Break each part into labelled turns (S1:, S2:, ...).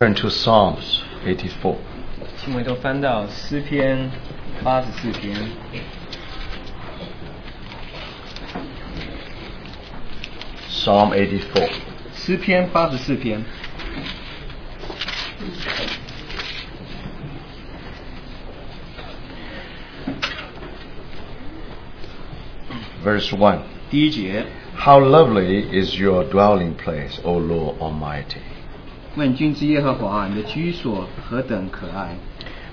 S1: Turn to Psalms 84.
S2: 请我们都翻到诗篇八十四篇。
S1: Psalm 84.
S2: 诗篇八十四篇，
S1: Verse 1.
S2: 第一节，
S1: How lovely is your dwelling place, O Lord Almighty.
S2: 问君之耶和华，你的居所何等可爱！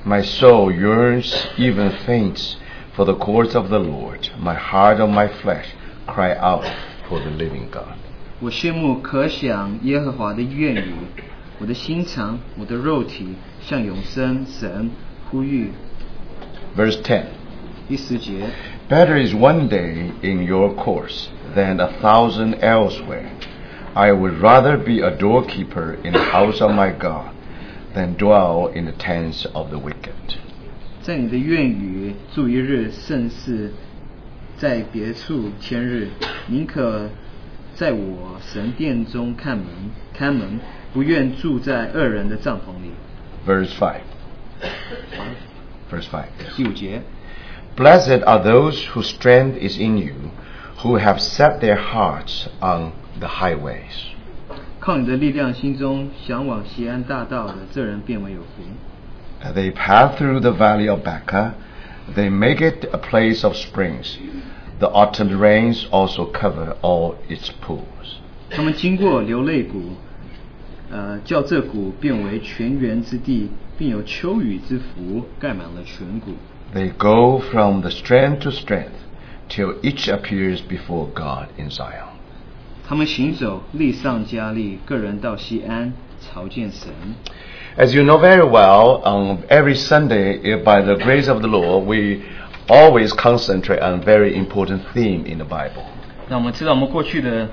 S1: My soul yearns, even faints, for the courts of the Lord. My heart and my flesh cry out for the living God.
S2: 我羡慕可想耶和华的愿语，我的心肠，我的肉体向永生神呼吁。
S1: Verse 10.
S2: 第十节，
S1: Better is one day in your course than a thousand elsewhere. I would rather be a doorkeeper in the house of my God than dwell in the tents of the wicked.
S2: 在你的愿语住一日，胜似在别处千日。宁可在我神殿中看门，看门，不愿住在恶人的帐篷里。
S1: Verse 5. Verse 5.
S2: 第五节，
S1: Blessed are those whose strength is in you, who have set their hearts on the highways.
S2: 靠你的力量，心中向往西安大道的这人变为有福。
S1: Uh, They pass through the valley of Baca. They make it a place of springs. The autumn rains also cover all its pools.
S2: 他们经过流泪谷，呃，叫这谷变为泉源之地，并有秋雨之福盖满了全谷。
S1: They go from the strength to strength till each appears before God in Zion.
S2: 他们行走，力上加力，个人到西安朝见神。
S1: As you know very well, on every Sunday, eh, by the grace of the Lord, we always concentrate on very important theme in the Bible.
S2: 那我们知道，我们过去的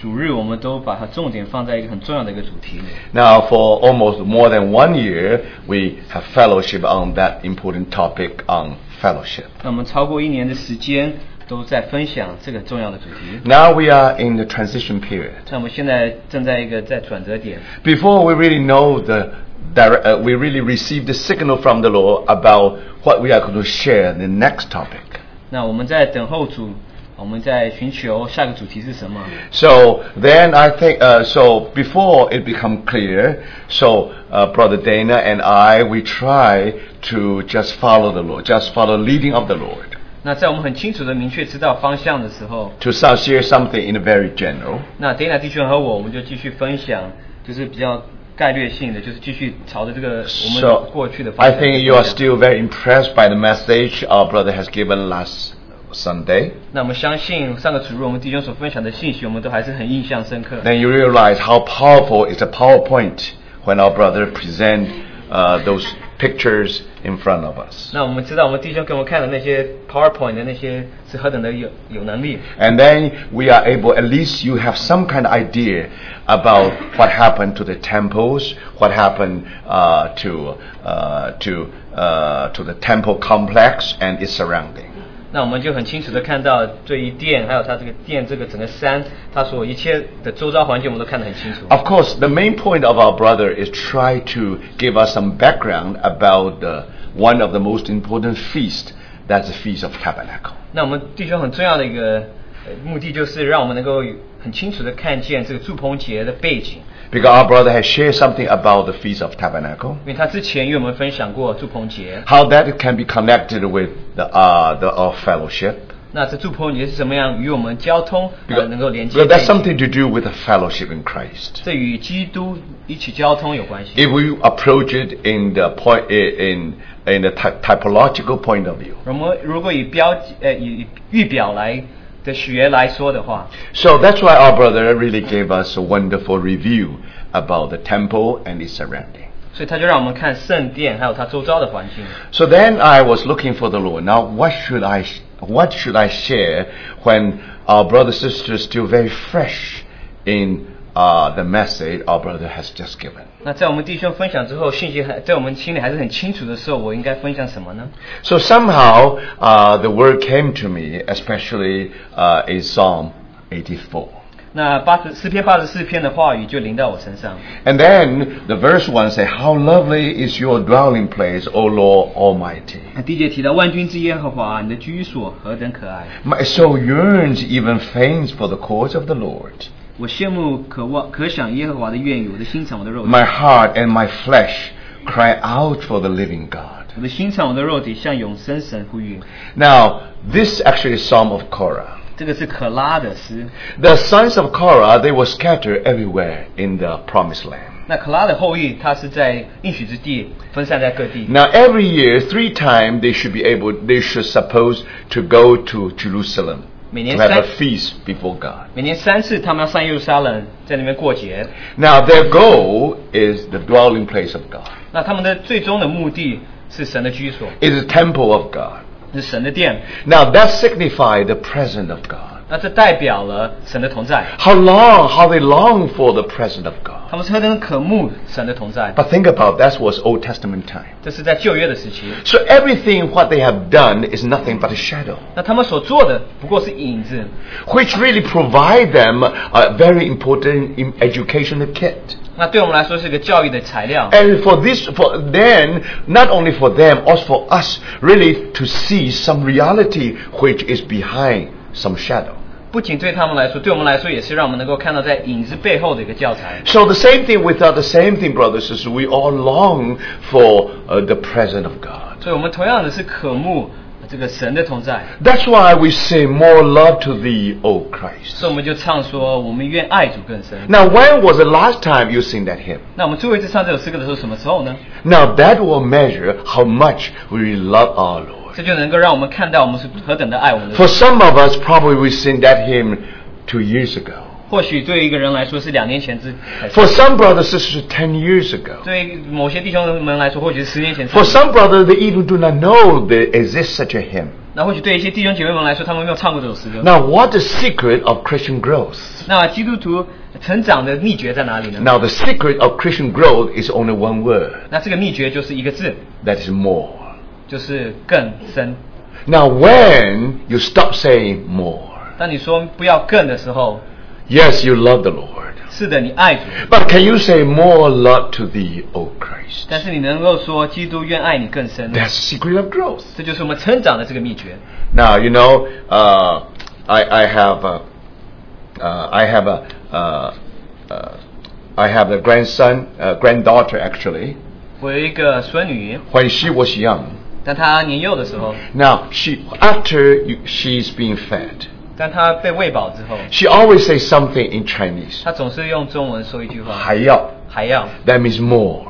S2: 主日，我们都把它重点放在一个很重要的一个主题。
S1: Now, for almost more than one year, we have fellowship on that important topic on fellowship.
S2: 那我们超过一年的时间都在分享这个重要的主题。
S1: Now we are in the transition period.
S2: 那我们现在正在一个在转折点，
S1: Before we really know the, dire- uh, we really receive the signal from the Lord about what we are going to share in the next topic.
S2: 那我们在等候主，我们在寻求下个主题是什么。
S1: So then I think, uh, so before it become clear, so uh, Brother Dana and I, we try to just follow the Lord, just follow leading of the Lord.
S2: 那在我们很清楚的明确知道方向的时候，
S1: To some, share something in a very general.
S2: 那 Dana 弟兄和我，我们就继续分享，就是比较概略性的，就是继续朝着这个我
S1: So
S2: 们过去的方
S1: I
S2: 向去分享。
S1: think you are still very impressed by the message our brother has given last Sunday.
S2: 那我们相信上个主日我们弟兄所分享的信息，我们都还是很印象深刻。
S1: Then you realize how powerful is a PowerPoint when our brother present uh, those pictures in front of us.
S2: 那我们知道，我们弟兄给我们看的那些 PowerPoint 的那些是何等的有有能力。
S1: And then we are able, at least you have some kind of idea about what happened to the temples, what happened uh, to, uh, to, uh, to the temple complex and its surrounding.
S2: 那我们就很清楚的看到这一殿，还有它这个殿这个整个山，它所有一切的周遭环境，我们都看得很清楚。
S1: Of course, the main point of our brother is try to give us some background about the, one of the most important feast, that's the Feast of Tabernacle.
S2: 那我们弟兄很重要的一个呃目的，就是让我们能够很清楚的看见这个祝棚节的背景，
S1: Because our brother has shared something about the Feast of Tabernacle,
S2: 因为他之前与我们分享过祝棚节。
S1: how that can be connected with the, uh, the, our fellowship.
S2: 那这祝棚节是什么样与我们交通呃
S1: Because,
S2: 能够连接
S1: because
S2: 在一
S1: that's
S2: 起？
S1: something to do with the fellowship in Christ.
S2: 这与基督一起交通有关系。
S1: If we approach it in the point, eh, in, in the ty- typological point of view.
S2: 我们如果以标呃以预表来的学来说的话，
S1: So that's why our brother really gave us a wonderful review about the temple and its surrounding.
S2: 所以他就让我们看圣殿还有它周遭的环境。
S1: So then I was looking for the Lord. Now what should I sh- what should I share when our brother sister is still very fresh in uh, the message our brother has just given?
S2: 那在我们弟兄分享之后，信息还在我们心里还是很清楚的时候，我应该分享什么呢？
S1: So somehow uh, the word came to me, especially uh, in Psalm 84.
S2: 那八十诗篇八十四篇的话语就临到我身上。
S1: And then the verse 1 says, How lovely is your dwelling place, O Lord Almighty.
S2: 那第一节提到万军之耶和华，你的居所何等可爱！
S1: My soul yearns, even faints for the courts of the Lord.
S2: 我羡慕、渴望、可想耶和华的愿意，我的心肠、我的肉体，
S1: My heart and my flesh cry out for the living God.
S2: 我的心肠、我的肉体向永生神呼吁。
S1: Now, this actually is Psalm of Korah.
S2: 这个是可拉的诗。
S1: The sons of Korah, they were scattered everywhere in the promised land.
S2: 那可拉的后裔，他是在应许之地分散在各地。
S1: Now every year, three times they should be able, they should suppose to go to Jerusalem to
S2: 每年
S1: have
S2: 三-
S1: a feast before God.
S2: 每年三次，他们要上耶路撒冷，在那边过节。
S1: Now their goal is the dwelling place of God.
S2: 那他们的最终的目的是神的居所，
S1: It is the temple of God.
S2: 是神的殿。
S1: Now that signifies the presence of God.
S2: 那这代表了神的同在。
S1: How long, how they long for the presence of God.
S2: 他们是何等渴慕神的同在，
S1: But think about that was Old Testament time.
S2: 这是在旧约的时期。
S1: So everything what they have done is nothing but a shadow,
S2: 那他们所做的不过是影子，
S1: which really provide them a very important im- educational kit.
S2: 那对我们来说是个教育的材料。
S1: And for this, for then, not only for them, also for us, really to see some reality which is behind some shadow.
S2: 不仅对他们来说，对我们来说也是让我们能够看到在影子背后的一个教材。
S1: So the same thing with us, the same thing, brothers and sisters, we all long for uh, the presence of God.
S2: 所以，我们同样的是渴慕这个神的同在，
S1: That's why we say more love to thee, O Christ.
S2: 所以我们就唱说，我们愿爱主更深。
S1: Now, when was the last time you sing that hymn?
S2: 那我们最后一次唱这首诗歌的时候，什么时候呢？
S1: Now that will measure how much we love our Lord.
S2: 这就能够让我们看到我们是何等的爱我们的
S1: For
S2: 神。
S1: some of us, probably we sing that hymn two years ago.
S2: 或许对于一个人来说是两年前之，才
S1: For some brothers and sisters, ten years ago.
S2: 对于某些弟兄们来说，或许是十年前之。
S1: For some brothers, they even do not know there exists such a hymn.
S2: 那或许对一些弟兄姐妹们来说，他们没有唱过这首诗歌。
S1: Now, what is the secret of Christian growth?
S2: 那基督徒成长的秘诀在哪里呢？
S1: Now, the secret of Christian growth is only one word.
S2: 那这个秘诀就是一个字，
S1: That is more.
S2: 就是更深。
S1: Now, when you stop saying more,
S2: 当你说不要更的时候，
S1: yes, you love the Lord.
S2: 是的，你爱主，
S1: But can you say more love to thee, O Christ?
S2: 但是你能够说基督愿爱你更深，
S1: That's the secret of growth.
S2: 这就是我们成长的这个秘诀。
S1: Now you know, uh, I, I have a, uh, I have a, uh, uh, I have a grandson, uh, granddaughter actually.
S2: 我有一个孙女，
S1: When she was young,
S2: 当她年幼的时候，
S1: now she after you, she's being fed,
S2: 当她被喂饱之后，
S1: she always says something in Chinese.
S2: 她总是用中文说一句话，
S1: 还要.
S2: 还要，
S1: That means more.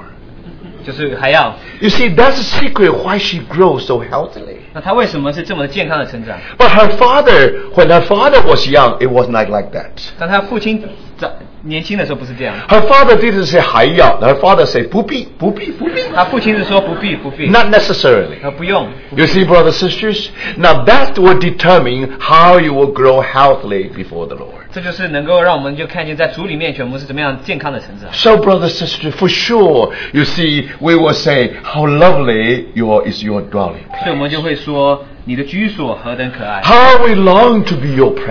S2: 就是还要。
S1: You see, that's the secret why she grows so healthily.
S2: 那她为什么是这么健康的成长？
S1: But her father, when her father was young, it was not like that.
S2: 当她父亲长年轻的时候不是这样，
S1: Her father didn't say 还要. Her father said 不必不必不必.
S2: 她父亲是说不必不必，
S1: Not necessarily.
S2: 呃不用，
S1: You see, brothers and sisters, now that will determine how you will grow healthily before the Lord.
S2: 这就是能够让我们就看见在主里面全部是怎么样健康的成长。
S1: So, brothers and sisters, for sure, you see, we will say, How lovely your, is your dwelling
S2: 所
S1: place.
S2: 以我们就会说，你的居所何等可爱，
S1: How we long to be your
S2: 我们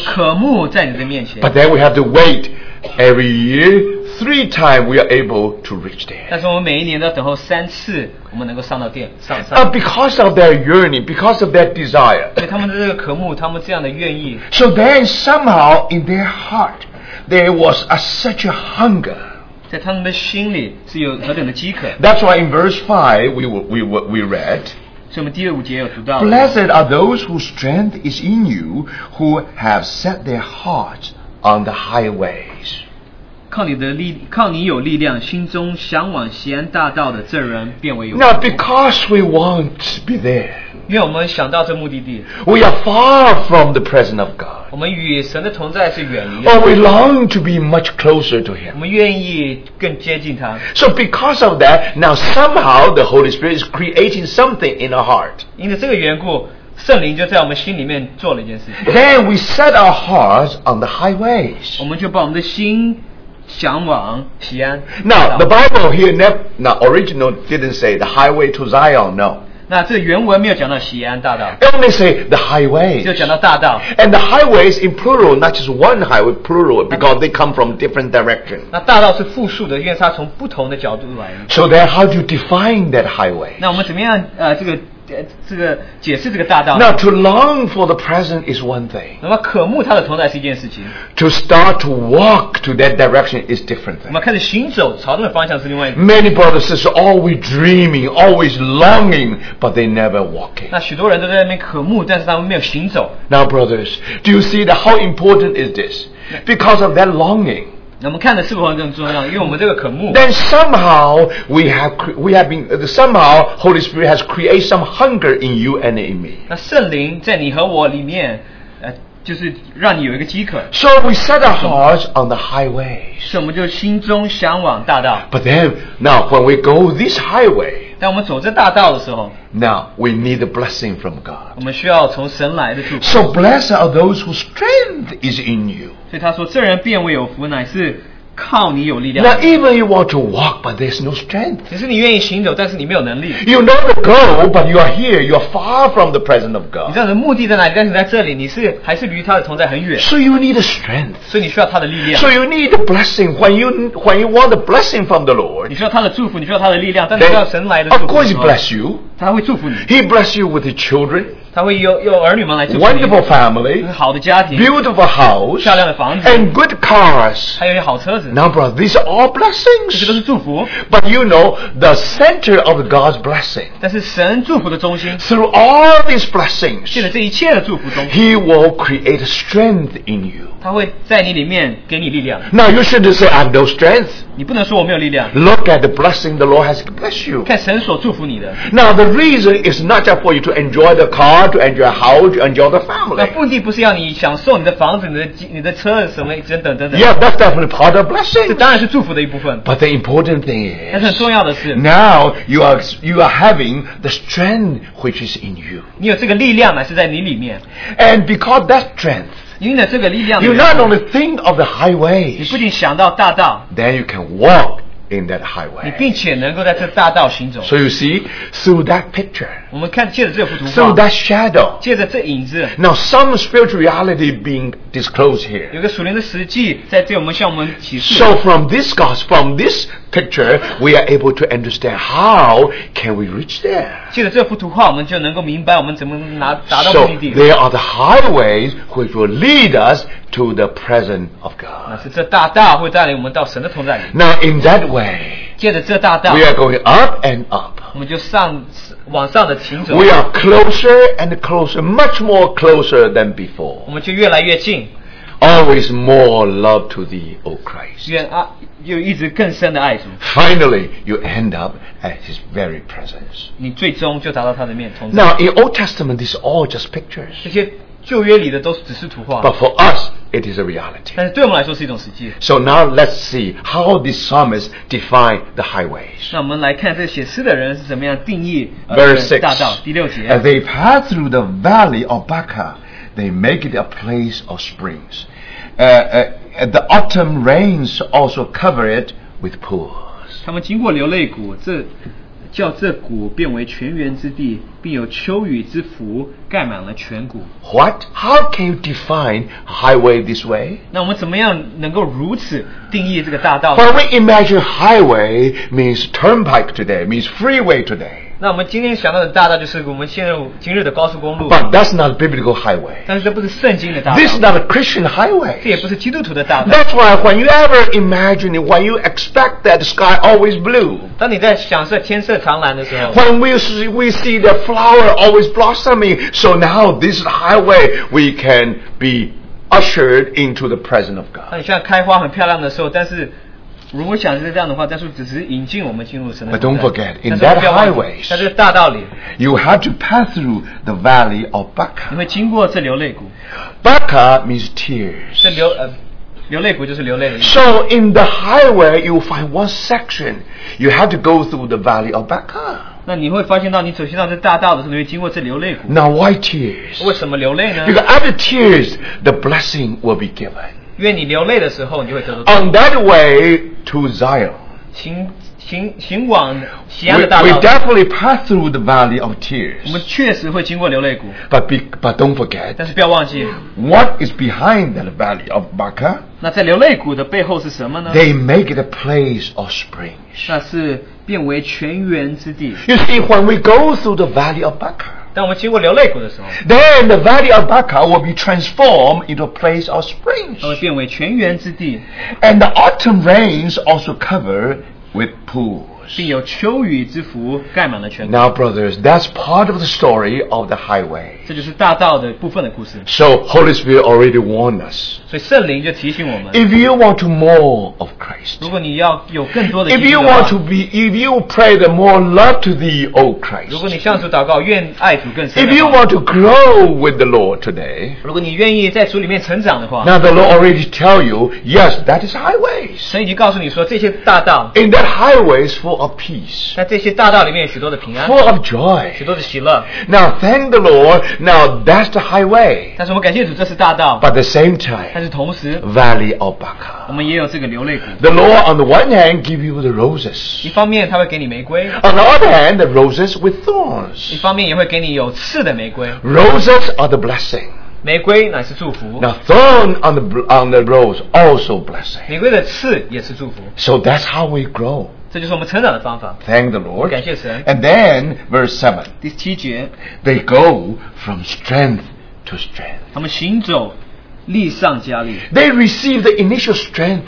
S1: presence.
S2: 渴慕在你的面前。
S1: But then we have to wait every year, three times we are able to reach there.
S2: 但是我们每一年都要等候三次，我们能够上到殿上上。
S1: And Uh, because of their yearning, because of their desire,
S2: 所以他们的这个渴慕，他们这样的愿意，
S1: so then somehow in their heart, there was a, such a hunger.
S2: 在他们的心里是有何等的饥渴。
S1: That's why in verse 5 we, we, we read,
S2: 所以我们第五节有读到，
S1: Blessed are those whose strength is in you, who have set their hearts on the highways.
S2: 靠你的力，靠你有力量，心中向往西安大道的证人变为有。
S1: Now, because we want to be there,
S2: 因为我们想到这目的地，
S1: we are far from the presence of
S2: 我
S1: God.
S2: 们与神的同在是远离的，
S1: Or we long to be much closer to
S2: 我
S1: Him.
S2: 们愿意更接近他。
S1: So, because of that, now somehow the Holy Spirit is creating something in our heart.
S2: 因着这个缘故，圣灵就在我们心里面做了一件事情。
S1: Then we set our hearts on the highways.
S2: 我们就把我们的心向往西安。
S1: Now, the Bible here, nev- now original didn't say the highway to Zion, no.
S2: 那那这原文没有讲到西安大道，
S1: It only say the highways.
S2: 只有讲到大道。
S1: And the highways in plural, not just one highway, plural, because they come from different direction.
S2: 那大道是复数的，因为它从不同的角度来。
S1: So then how do you define that highway?
S2: 那我们怎么样呃这个呃这个解释这个大道呢？
S1: Now to long for the present is one thing.
S2: 那么渴慕它的存在是一件事情，
S1: To start to walk to that direction is different
S2: 我
S1: thing.
S2: 们开始行走朝那个方向是另外一个。
S1: Many brothers and sisters always dreaming, always longing, but they never walking.
S2: 那许多人都在那边渴慕，但是他们没有行走。
S1: Now brothers, do you see that how important is this? Because of that longing.
S2: 那我们看的是否很重要？因为我们这个渴慕，
S1: then somehow we have cre- we have been uh, somehow Holy Spirit has created some hunger in you and in me.
S2: 那圣灵在你和我里面，呃，就是让你有一个饥渴，
S1: So we set our hearts on the highway.
S2: 所以我们就心中向往大道。
S1: But then now when we go this highway,
S2: 当我们走这大道的时候，
S1: now we need a blessing from
S2: 我
S1: God.
S2: 们需要从神来的祝福。
S1: So blessed are those whose strength is in you.
S2: 所以他说：“这人变为有福，乃是靠你有力量。
S1: Now even you want to walk, but there's no strength.
S2: 只是你愿意行走，但是你没有能力。
S1: You know the goal, but you are here. You are far from the presence of
S2: 你
S1: God.
S2: 知道你的目的在哪里？但是你在这里，你是还是离他的同在很远，
S1: So you need a strength.
S2: 所以你需要他的力量
S1: So，you need a blessing when you when you want a blessing from the Lord.
S2: 你需要他的祝福，你需要他的力量。但你需要神来
S1: Then,
S2: 的祝
S1: of
S2: 福
S1: course, He
S2: 的时候，
S1: bless you.
S2: 他会祝福你，
S1: He bless you with the children,
S2: 他会有有儿女们来祝福你，
S1: wonderful family,
S2: 很好的家庭，
S1: beautiful house,
S2: 漂亮的房子，
S1: and good cars.
S2: 还有一好车子，
S1: Now, brother, these are all
S2: 这都是
S1: blessings.
S2: 祝福。
S1: But you know, the center of God's blessing,
S2: 但是神祝福的中心，
S1: through all these blessings,
S2: 借着这一切的祝福中，
S1: He will create strength in you.
S2: 他会在你里面给你力量。
S1: Now, you shouldn't say, I have no strength.
S2: 你不能说我没有力量，
S1: Look at the blessing the Lord has blessed you.
S2: 看神所祝福你的。
S1: Now, the reason is not just for you to enjoy the car, to enjoy a house, to enjoy the
S2: 那
S1: family.
S2: 目的不是要你享受你的房子、你的机你的车什么等等等等，
S1: Yeah, that's definitely part of
S2: 这
S1: blessing.
S2: 当然是祝福的一部分。
S1: But the important thing
S2: 但是很
S1: is
S2: 重要的是，
S1: now you are you are having the strength which is in you,
S2: 你有这个力量乃是在你里面，
S1: and because that strength,
S2: 因着这个力量的
S1: you
S2: 缘
S1: not
S2: 故，
S1: only think of the
S2: 你
S1: highways,
S2: 不仅想到大道，
S1: then you can walk in that
S2: 你
S1: highway.
S2: 并且能够在这大道行走。
S1: So you see through that picture,
S2: 我们看借着这幅图
S1: through
S2: 画，
S1: that shadow.
S2: 借着这影子，
S1: Now some spiritual reality being disclosed
S2: 有
S1: here.
S2: 个属灵的实际在对我们向我们启示。
S1: So from this gospel, from this picture, we are able to understand how can we reach there.
S2: 借着这幅图画，我们就能够明白我们怎么拿达到
S1: So
S2: 目的地。
S1: there are the highways which will lead us to the presence of
S2: 那
S1: God.
S2: 啊是这大道会带领我们到神的同在里。
S1: Now in that way,
S2: 借着这大道
S1: we，are going up and up.
S2: 我们就上往上的行走，
S1: We are closer and closer, much more closer than
S2: 我
S1: before.
S2: 们就越来越近，
S1: Always more love to thee, O Christ.
S2: 愿啊，就一直更深的爱主，
S1: Finally, you end up at His very presence.
S2: 你最终就达到他的面同在。
S1: Now in Old Testament, these are all just pictures,
S2: 这些旧约里的都只是图画，
S1: but for us, it is a reality.
S2: 但是对我们来说是一种实际。
S1: So now let's see how the psalmist defined the highways.
S2: 那我们来看这写诗的人是怎么样定义呃
S1: Verse
S2: 这
S1: 6.
S2: 个大道。第六节，
S1: As they pass through the valley of Baca, they make it a place of springs. Uh, uh, uh, the autumn rains also cover it with pools.
S2: 他们经过流泪谷，这叫这谷变为泉源之地，并有秋雨之福盖满了全谷。
S1: What? How can you define highway this way?
S2: 那我们怎么样能够如此定义这个大道呢？
S1: When we imagine highway means turnpike today, means freeway today.
S2: 那我们今天想到的大道就是我们现在今日的高速公路，
S1: But that's not biblical highway.
S2: 但是这不是圣经的大道，
S1: This is not a Christian
S2: 这也
S1: highway.
S2: 不是基督徒的大道。
S1: That's why when you ever imagine it, when you expect that sky always blue,
S2: 当你在想这天色常蓝的时候，
S1: When we see, we see the flower always blossoming, so now this highway we can be ushered into the presence of
S2: 当
S1: God.
S2: 你像开花很漂亮的时候，但是如果想是这样的话，但是只是引进我们进入神的
S1: But don't
S2: 同在。
S1: forget, in
S2: 但是不要
S1: that
S2: 忘记
S1: highways-
S2: 在这个大道里，
S1: You have to pass through the valley of
S2: 你
S1: Baca.
S2: 会经过这流泪谷，
S1: Baca means tears.
S2: 这流呃流泪谷就是流泪的意思。
S1: So in the highway you find one section. You have to go through the valley of Baca.
S2: 那你会发现到你走进到这大道的时候，你会经过这流泪谷。
S1: Now why tears?
S2: 为什么流泪呢？
S1: Because after tears, the blessing will be given. 啊
S2: 因为你流泪的时候，你就会得到祝福
S1: On that way to Zion.
S2: 行行行往喜
S1: We,
S2: 安的大
S1: we
S2: 道，
S1: definitely pass through the valley of
S2: 我们
S1: tears.
S2: 确实会经过流泪谷，
S1: But, be, but don't
S2: 但
S1: forget,
S2: 是不要忘记，
S1: what is behind that valley of Baca?
S2: 那在流泪谷的背后是什么呢？
S1: They make it a place of springs.
S2: 那是变为泉源之地。
S1: You see, when we go through the valley of Baca,
S2: 当我们经过流泪谷的时候，
S1: then the valley of Baca will be transformed into a place of springs.
S2: 它会变为泉源之地，
S1: And the autumn rains also cover with pools.
S2: 并有秋雨之福盖满了全地。
S1: Now, brothers, that's part of the story of the highway.
S2: 这就是大道的部分的故事。
S1: So, Holy Spirit already warned us.
S2: 所以圣灵就提醒我们，
S1: If you want to more of Christ,
S2: 如果你要有更多的基
S1: if
S2: 督
S1: you
S2: 的话
S1: want to be, if you pray the more love to thee, O
S2: 如果
S1: Christ,
S2: 你向主祷告，愿爱主更深
S1: if
S2: 的
S1: you
S2: 话
S1: want to grow with the Lord today,
S2: 如果你愿意在主里面成长的话，
S1: now the Lord already tell you, yes, that is highways.
S2: 神已经告诉你说，这些大道，
S1: In that highway is full of peace,
S2: 那这些大道里面有许多的平安，
S1: full of joy.
S2: 许多的喜乐。
S1: Now thank the Lord. Now that's the highway.
S2: 但是我们感谢主，这是大道，
S1: But at the same
S2: 但
S1: time,
S2: 是同时
S1: Valley of
S2: 我
S1: Baca.
S2: 们也有这个流泪谷。
S1: The Lord on the one hand give you the
S2: 一
S1: roses.
S2: 方面他会给你玫瑰，
S1: On the other hand, the roses with
S2: 一
S1: thorns.
S2: 方面也会给你有刺的 玫瑰。
S1: Roses are the blessing.
S2: 玫瑰乃是祝福，
S1: Now thorn on the bl- on the rose also blessing.
S2: 玫瑰的刺也是祝福。
S1: So that's how we grow.
S2: 这就是我们成长的方法。
S1: Thank the Lord.
S2: 感谢神。
S1: And then verse seven,
S2: 第七节，
S1: they go from strength to strength.
S2: 他们行走，力上加力。
S1: They receive the initial strength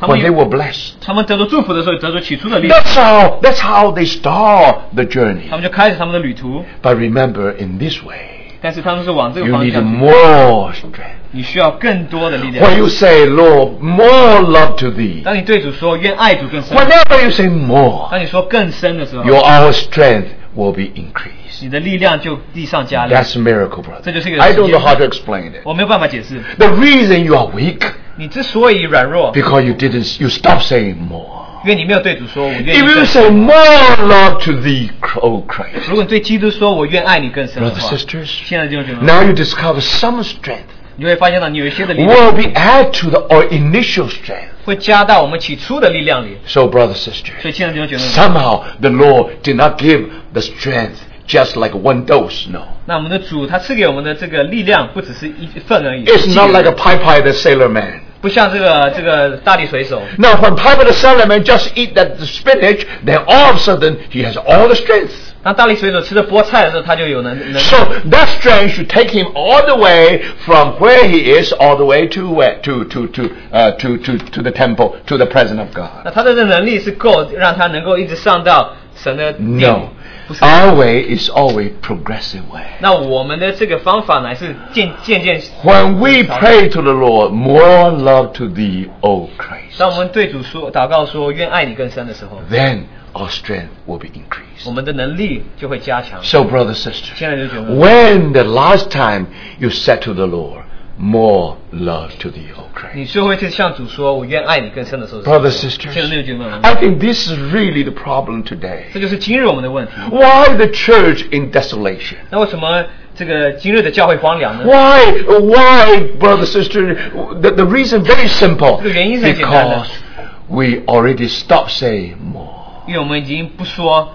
S1: when they were blessed.
S2: 他们得到祝福的时候，得到起初的力，
S1: That's how that's how they start the journey.
S2: 他们就开始他们的旅途。
S1: But remember, in this way,
S2: 但是他们是往这个
S1: you
S2: 方
S1: need
S2: 向去，
S1: more strength.
S2: 你需要更多的力量。
S1: When you say, Lord, more love to thee,
S2: 当你对主说愿爱主更深，
S1: whenever you say more,
S2: 当你说更深的时候，
S1: your our strength will be increased.
S2: 你的力量就地上加力。
S1: That's a miracle, brother.
S2: 这就是一个
S1: I don't
S2: 时间。
S1: know how to explain it.
S2: 我没有办法解释，
S1: The reason you are weak
S2: 你之所以软弱，
S1: because you didn't you stop saying more.
S2: 因为你没有对主说“我愿意
S1: If you
S2: 更深
S1: say more love to thee, O ”。Christ,
S2: 如果你对基督说“我愿爱你更深”的
S1: brothers
S2: 话，
S1: sisters,
S2: 现在就是这样，
S1: now you discover some strength
S2: 你会发现到你有一些的力量
S1: will be added to the or initial strength.
S2: 会加到我们起初的力量里。
S1: So, brothers sisters.
S2: 所以现在就是这样，
S1: Somehow the Lord did not give the strength just like one dose. No,
S2: 那我们的主他赐给我们的这个力量不只是一份而已，
S1: it's not like a Pai Pai the sailor man.
S2: 不像这个这个大力水手，
S1: Now, when Pai Pai the sailor man just eat that spinach, then all of a sudden he has all the strength.
S2: 当大力水手吃的菠菜的时候，他就有能能。
S1: So that strength should take him all the way from where he is all the way to where to to to uh, to to to the temple to the presence of
S2: 那
S1: God.
S2: 他的这能力是够让他能够一直上到神的殿里
S1: No, 啊
S2: 不是。
S1: our way is always progressive way.
S2: 那我们的这个方法乃是渐渐渐，
S1: When we pray to the Lord, more love to thee, O Christ.
S2: 当我们对主说祷告说愿爱你更深的时候，
S1: then our strength will be
S2: 我
S1: increased.
S2: 们的能力就会加强。
S1: So, brothers, sisters,
S2: 现在就觉得，
S1: when the last time you said to the Lord, more love to thee, O
S2: 你
S1: Christ.
S2: 最后一次向主说我愿爱你更深的时候是什么
S1: Brothers,
S2: 现在
S1: sisters,
S2: 就觉得，
S1: I think this is really the problem today.
S2: 这就是今日我们的问题。
S1: Why the church in desolation?
S2: 那为什么这个今日的教会荒凉呢？
S1: Why, why, brother, sister? The, the reason very simple.
S2: 这个原因是很简单的。
S1: Because we already stopped saying more.
S2: 因为我们已经不说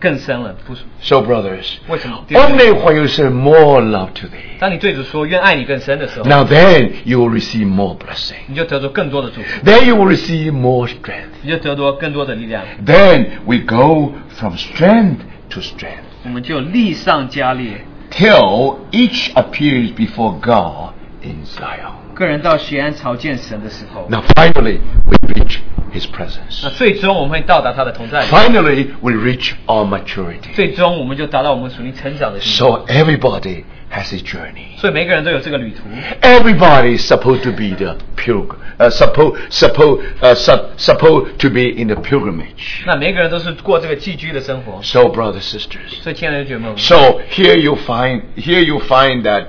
S2: 更深了，不说
S1: So, brothers,
S2: 为什么？第二
S1: only when you say more love to thee,
S2: 当你对主说愿爱你更深的时候，
S1: now then you will receive more blessing.
S2: 你就得着更多的祝福，
S1: Then you will receive more strength.
S2: 你就得着更多的力量。
S1: Then we go from strength to strength
S2: 我们就力上加力。
S1: till each appears before God in Zion.
S2: 个人到西安朝见神的时候，
S1: Now finally we reach His presence.
S2: 那最终我们会到达他的同在里，
S1: Finally we reach our maturity.
S2: 最终我们就达到我们属于成长的地步。
S1: So everybody has a journey.
S2: 所以每个人都有这个旅途，
S1: Everybody is supposed to be the pilgrim, uh, supposed supposed uh, sup, supposed to be in the pilgrimage.
S2: 那每个人都是过这个寄居的生活。
S1: So brothers sisters.
S2: 所以，亲爱的弟兄姐妹们，
S1: So here you find here you find that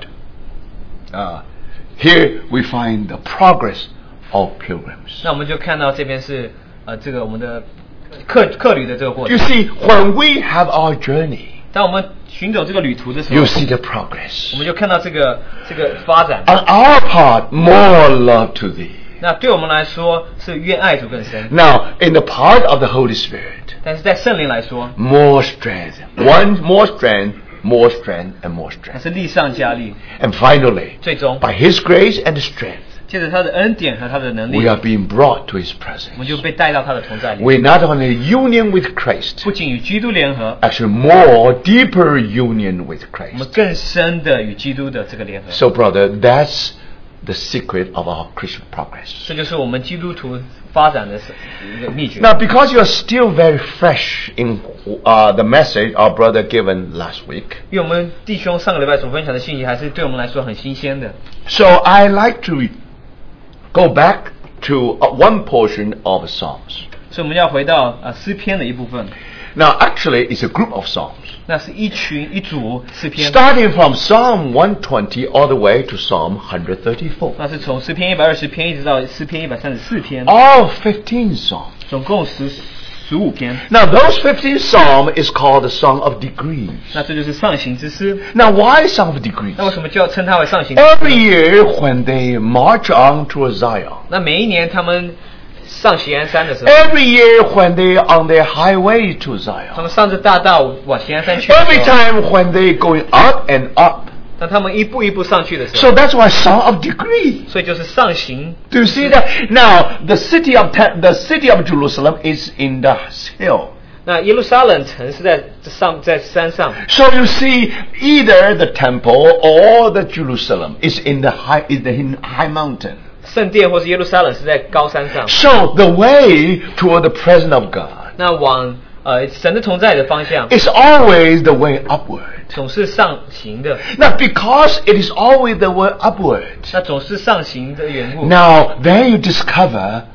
S1: uh, here we find the progress of pilgrims.
S2: 那我们就看到这边是呃，这个我们的客客旅的这个过
S1: You
S2: 程。
S1: see, when we have our journey,
S2: 当我们寻走这个旅途的时候
S1: you，see the
S2: 我
S1: progress.
S2: 们就看到这个这个发展。
S1: 啊 On our part, more love to thee.
S2: 那对我们来说是越爱主更深，
S1: Now, in the part of the Holy Spirit,
S2: 但是在圣灵来说，
S1: more strength, one more strength, more strength, and more
S2: 那
S1: strength.
S2: 是力上加力。
S1: And finally,
S2: 最终，
S1: by His grace and strength,
S2: 借着他的恩典和他的能力
S1: we，are being brought to His
S2: 我
S1: presence.
S2: 们就被带到他的同在里，
S1: We're not only union with Christ,
S2: 不仅与基督联合，
S1: actually more deeper union with
S2: 我们
S1: Christ.
S2: 更深的与基督的这个联合。
S1: So, brother, that's the secret of our Christian progress.
S2: 这就是我们基督徒发展的一个秘诀。
S1: Now, because you are still very fresh in uh, the message our brother given last week,
S2: 因为我们弟兄上个礼拜所分享的信息，还是对我们来说很新鲜的。
S1: so I like to go back to uh, one portion of Psalms.
S2: 所以我们要回到啊、呃诗篇的一部分，
S1: Now, actually, it's a group of Psalms,
S2: 那是一群一组诗篇，
S1: starting from Psalm 120 all the way to Psalm 134.
S2: 那是从诗篇一百二十篇一直到诗篇一百三十四篇，
S1: All 15 Psalms.
S2: 总共十十五篇。
S1: Now, those 15 Psalm is called the Song of Degrees.
S2: 那这就是上行之诗。
S1: Now, why Song of Degrees?
S2: 那为什么就要称它为上行之诗？
S1: Every year when they march on to Zion,
S2: 那每一年他们上喜安山的时候，
S1: every year when they are on their highway to
S2: 他
S1: Zion,
S2: 们上着大道往喜安山去的时候
S1: every time when they going up and up.
S2: 当他们一步一步上去的时
S1: So
S2: 候，
S1: that's why Song of Degrees.
S2: 所以就是上行。
S1: Do you see that? Now the city of Te- the city of Jerusalem is in the hill.
S2: 那耶路撒冷城是在这上在山上，
S1: So you see, either the temple or the Jerusalem is in the high is the in high mountain.
S2: 圣殿或是耶路撒冷是在高山上。
S1: So the way toward the presence of God
S2: 那往呃神的同在的方向
S1: is always the way upward.
S2: 总是上行的，
S1: Now, because it is always the way upward,
S2: 那总是上行的缘故。
S1: now then you discover,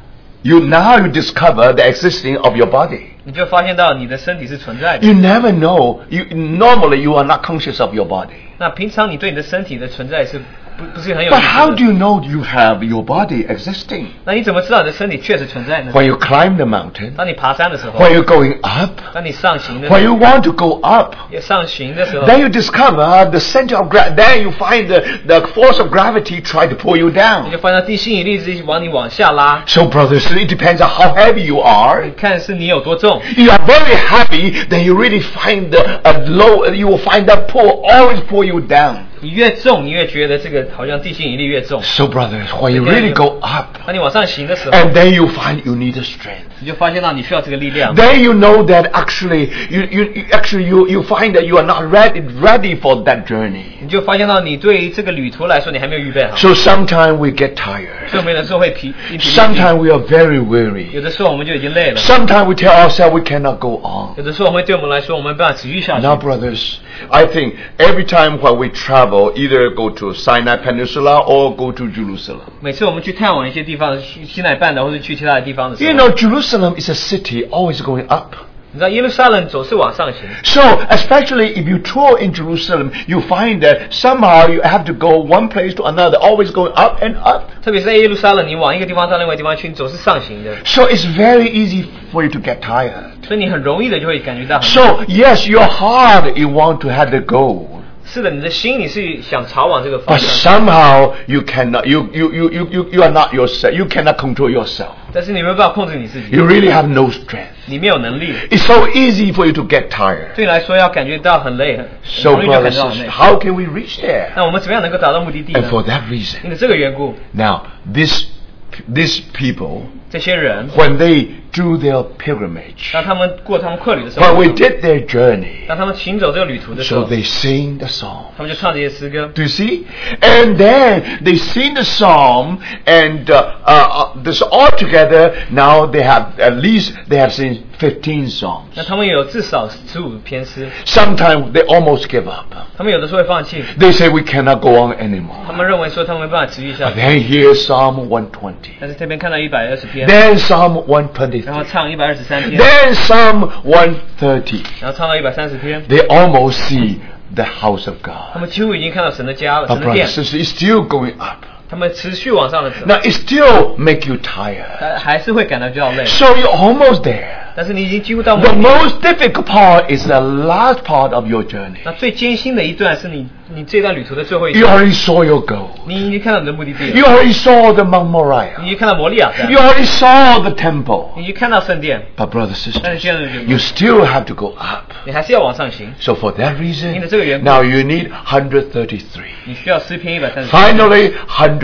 S1: you now you discover the existing of your body.
S2: 你就发现到你的身体是存在的。
S1: You never know. You normally you are not conscious of your body.
S2: 那平常你对你的身体的存在是不不是很有意
S1: But how do
S2: 识的？
S1: you know you have your body existing?
S2: 那你怎么知道你的身体确实存在呢？
S1: When you climb the mountain,
S2: 当你爬山的时候，
S1: when you're going up,
S2: 当你上行的时
S1: when
S2: 候，
S1: you want to go up,
S2: 也上行的时候，
S1: then you discover the center of gravity. Then you find the, the force of gravity try to pull you
S2: 你就
S1: down.
S2: 发现到地心引力是往你往下拉。
S1: So, brothers, it depends on how heavy you are.
S2: 看是你有多重，
S1: you are very happy, then you really find the a low. You will find that pull always pull you down.
S2: 你越重，你越觉得这个好像地心引力越重。
S1: So, brothers, when you really go up,
S2: 当你往上行的时候，
S1: and then you find you need a strength.
S2: 你就发现到你需要这个力量。
S1: Then you know that actually you, you you- actually you you find that you are not ready ready for that journey.
S2: 你就发现到你对于这个旅途来说，你还没有预备好。
S1: So sometimes we get tired.
S2: 所以我们有的时候会疲，一疲力尽
S1: Sometimes we are very
S2: 有
S1: weary.
S2: 的时候我们就已经累了，
S1: Sometimes we tell ourselves we cannot go on.
S2: 有的时候我们会对我们来说，我们没办法持续下去。
S1: Now, brothers, I think every time when we travel, either go to Sinai Peninsula or go to Jerusalem.
S2: 每次我们去探望一些地方，去西奈半岛或者去其他的地方的时
S1: You
S2: 候，
S1: know, Jerusalem is a city always going up.
S2: 你知道耶路撒冷总是往上行，
S1: So, especially if you tour in Jerusalem, you find that somehow you have to go one place to another, always going up and up.
S2: 特别是在耶路撒冷，你往一个地方到另外一个地方去，你总是上行的，
S1: So, it's very easy for you to get tired.
S2: 所以你很容易的就会感觉到很。
S1: So, yes, your heart, you want to have the goal.
S2: 是的，你的心你是想朝往这个方
S1: But
S2: 向，
S1: somehow you cannot, you, you, you, you, you, you are not yourself. You cannot control yourself.
S2: 但是你没有办法控制你自己，
S1: You really have no strength.
S2: 你没有能力，
S1: It's so easy for you to get tired.
S2: 对你来说要感觉到很累，很
S1: So,
S2: 很容易就感
S1: brothers,
S2: 觉到很累。
S1: how can we reach there?
S2: 那我们怎么样能够达到目的地
S1: And
S2: 呢？
S1: for that reason,
S2: 因为这个缘故，
S1: Now, this, these people,
S2: 这些人
S1: when they do their pilgrimage,
S2: 当他们过他们客旅的时候
S1: when，we did their journey,
S2: 当他们行走这个旅途的时
S1: so
S2: 候，
S1: they sing the psalm.
S2: 他们就唱这些诗歌。
S1: Do you see? And then they sing the psalm, and uh, uh, uh, this all together. Now they have at least they have seen fifteen psalms.
S2: 那他们有至少十五篇诗，
S1: Sometimes they almost give up.
S2: 他们有的时候会放弃，
S1: They say we cannot go on
S2: 他
S1: anymore.
S2: 们认为说他们没办法持续下
S1: But
S2: 去。
S1: then hear Psalm 120,
S2: 但是这边看到一百二十篇，
S1: then Psalm
S2: 然后
S1: 123,
S2: 唱一百二十三篇，
S1: then Psalm 130.
S2: 然后唱到一百三十篇，
S1: They almost see the house of
S2: 他
S1: God.
S2: 们几乎已经看到神的家了，神
S1: But
S2: 的殿
S1: brothers，and sisters, it's still going up.
S2: 他们持续往上的走，
S1: Now it still make you tired.
S2: 但还是会感到比较累，
S1: So you're almost there.
S2: 但是你已经几乎到目
S1: The
S2: 的地。
S1: most difficult part is the last part of your journey.
S2: 那最艰辛的一段是你你这段旅途的最后一
S1: You
S2: 段，
S1: already saw your goal.
S2: 你已经看到你的目的地
S1: You
S2: 了，
S1: already saw the Mount
S2: 你已
S1: Moriah.
S2: 经看到摩利亚山
S1: You，already saw the temple.
S2: 你已经看到圣殿，
S1: But brothers,
S2: 但是
S1: sisters,
S2: 现在就
S1: you still have to go up.
S2: 你还是要往上行，
S1: So for that reason,
S2: 因为这个缘故。
S1: now you need 133.
S2: 你需要诗篇一百三十，
S1: Finally,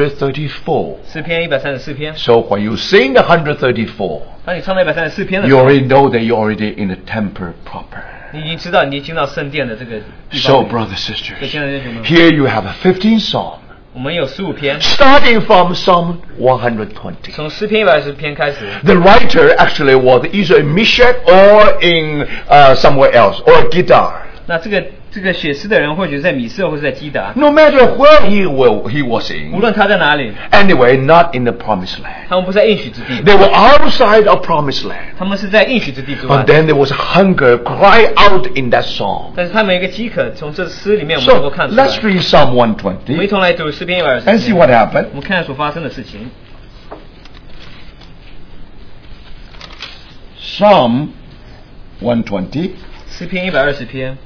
S1: 134.
S2: 诗篇一百三十四篇。
S1: So when you sing the 134,
S2: 当你唱到一百三十四篇的 时
S1: you
S2: 候，
S1: already know that you're already in the temple proper.
S2: 你已经知道你已经进到圣殿的这个地
S1: So
S2: 方。
S1: brothers,
S2: 所以
S1: sisters,
S2: 现在弟兄们，
S1: here you have a 15 psalm,
S2: 我们有十五篇，
S1: starting from Psalm 120.
S2: 从诗篇一百十篇开始。
S1: The writer actually was either in Meshach or in uh, somewhere else, or Gidar.
S2: 那这个这个写诗的人，或许在米色，或是在基达，
S1: No matter where he, will, he was
S2: 无
S1: in,
S2: 论他在哪里，
S1: anyway, not in the promised land.
S2: 他们不在应许之地，
S1: They were outside of promised land.
S2: 他们是在应许之地之外
S1: But。then there was hunger cry out in that song.
S2: 但是他们有一个饥渴，从这诗里面我们
S1: So
S2: 能够看出来。
S1: let's read Psalm
S2: 我们一
S1: 120
S2: 同来读诗篇一百二十
S1: and see
S2: 篇，
S1: what
S2: 我
S1: happened.
S2: 们看所发生的事情。
S1: Psalm 120.
S2: 诗篇一百二十篇，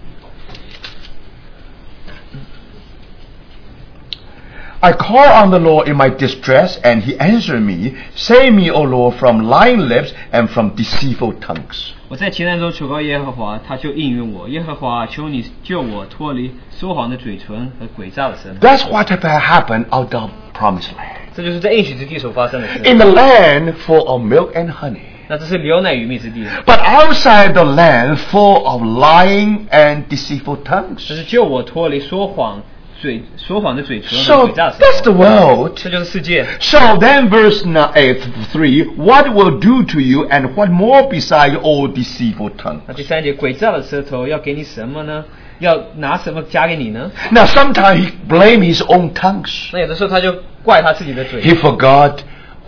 S1: I call on the Lord in my distress, and he answered me. Save me, O Lord, from lying lips and from deceitful tongues.
S2: 我在前难中求告耶和华，他就应允我。耶和华，求你救我脱离说谎的嘴唇和诡诈的舌头。
S1: That's what had happened out of promised land.
S2: 这就是在应许之地所发生的事。
S1: In the land full of milk and honey.
S2: 那这是牛奶与蜜之地，
S1: But outside the land full of lying and deceitful
S2: 这
S1: tongues.
S2: 是救我脱离说谎嘴说谎的嘴唇和
S1: So
S2: 诡诈的
S1: that's the
S2: 舌头。
S1: world.
S2: 这就是世界。
S1: So then, verse ni- eh, 3 What will do to you, and what more beside all deceitful
S2: 那
S1: tongue?
S2: 第三节，诡诈的舌头要给你什么呢？要拿什么加给你呢？
S1: Now, sometimes he blamed his own tongues.
S2: 那有的时候他就怪他自己的嘴，
S1: He forgot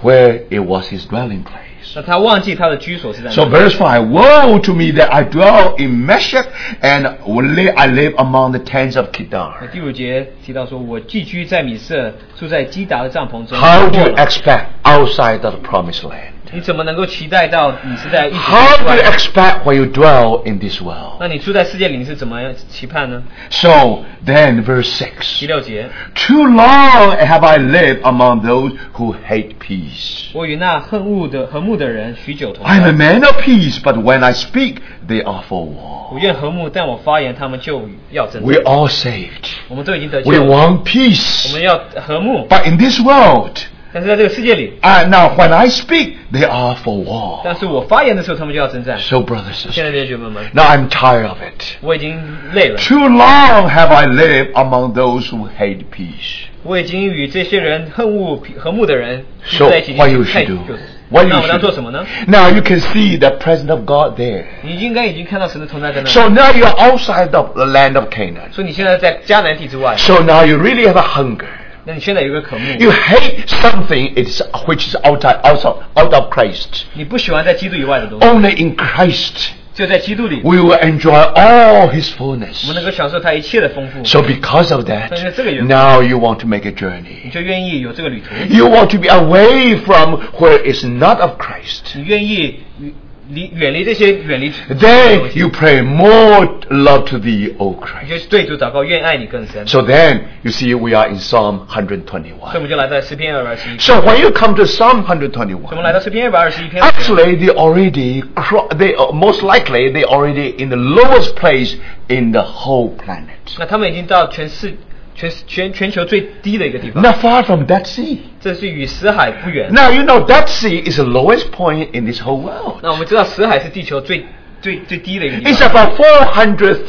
S1: where it was his dwelling place.
S2: 那他忘记他的居所是在哪
S1: So,
S2: 里。
S1: verse 5 Woe to me that I dwell in Meshach, and li- I live among the tents of
S2: 那
S1: Kedar.
S2: 第五节提到说，我寄居在米舍，住在基达的帐篷中。
S1: How do
S2: 过
S1: you
S2: 了
S1: expect outside of the promised land?
S2: 你怎么能够期待到你是在一直
S1: How do
S2: 外
S1: you
S2: 面
S1: expect when you dwell in this world?
S2: 那你住在世界里，你是怎么样期盼呢？
S1: So, then, verse 6
S2: 第六节，
S1: Too long have I lived among those who hate peace.
S2: 我与那恨恶的和睦的人许久同
S1: I am a
S2: 在。
S1: man of peace, but when I speak, they are for war.
S2: 我愿和睦，但我发言他们就要争战。
S1: We're all saved.
S2: 我们都已经得救
S1: We
S2: 了，
S1: want
S2: 我
S1: peace.
S2: 们要和睦，
S1: But in this world,
S2: 但是在这个世界里，
S1: uh, now when I speak, they are for war.
S2: 但是我发言的时候，他们就要征战。
S1: So, brothers and
S2: 现
S1: sisters,
S2: 在弟兄们们，
S1: now I'm tired of it.
S2: 我已经累了，
S1: Too long have I lived among those who hate peace.
S2: 我已经与这些人恨恶和睦的人聚
S1: So,
S2: 在一起已
S1: what you
S2: 经太
S1: should
S2: 久
S1: do?
S2: 了。
S1: What
S2: 那
S1: you
S2: 我们要
S1: should
S2: 做什么呢？
S1: do? Now you can see the presence of God there.
S2: 你应该已经看到神的同在在那里，
S1: So now you're outside of the land of Canaan.
S2: 所以你现在在迦南地之外，
S1: So now you really have a hunger.
S2: 那你现在有一个渴慕。
S1: You hate something it's, which is outside, outside, out of Christ.
S2: 你不喜欢在基督以外的东西，
S1: Only in Christ
S2: 就在基督里，我
S1: we will enjoy all His
S2: 们
S1: fullness.
S2: 能够享受他一切的丰富。
S1: So because of that,
S2: 但是这个缘故-
S1: now you want to make a
S2: 你
S1: journey.
S2: 就愿意有这个旅途，
S1: You want to be away from where it's not of Christ.
S2: 你愿意与离远离这些远离基督的东
S1: Then
S2: 西，
S1: you pray more love to Thee, O
S2: 你
S1: Christ.
S2: 就对主祷告，愿爱你更深。所
S1: So then you see we are in Psalm
S2: 以我
S1: 121.
S2: 们就来到诗篇二百二十一，所
S1: So when you come to Psalm
S2: 以我们来到
S1: 121,
S2: 诗篇二百二十一篇的时候，
S1: Actually, they already, cro- they uh, most likely they already in the lowest place in the whole planet.
S2: 那他们已经到全世全全全球最低的一个地方，
S1: Not far from Dead Sea.
S2: 这是与死海不远。
S1: Now you know Dead Sea is the lowest point in this whole world.
S2: 那我们知道死海是地球最最最低的一个地
S1: It's
S2: 方，
S1: about 430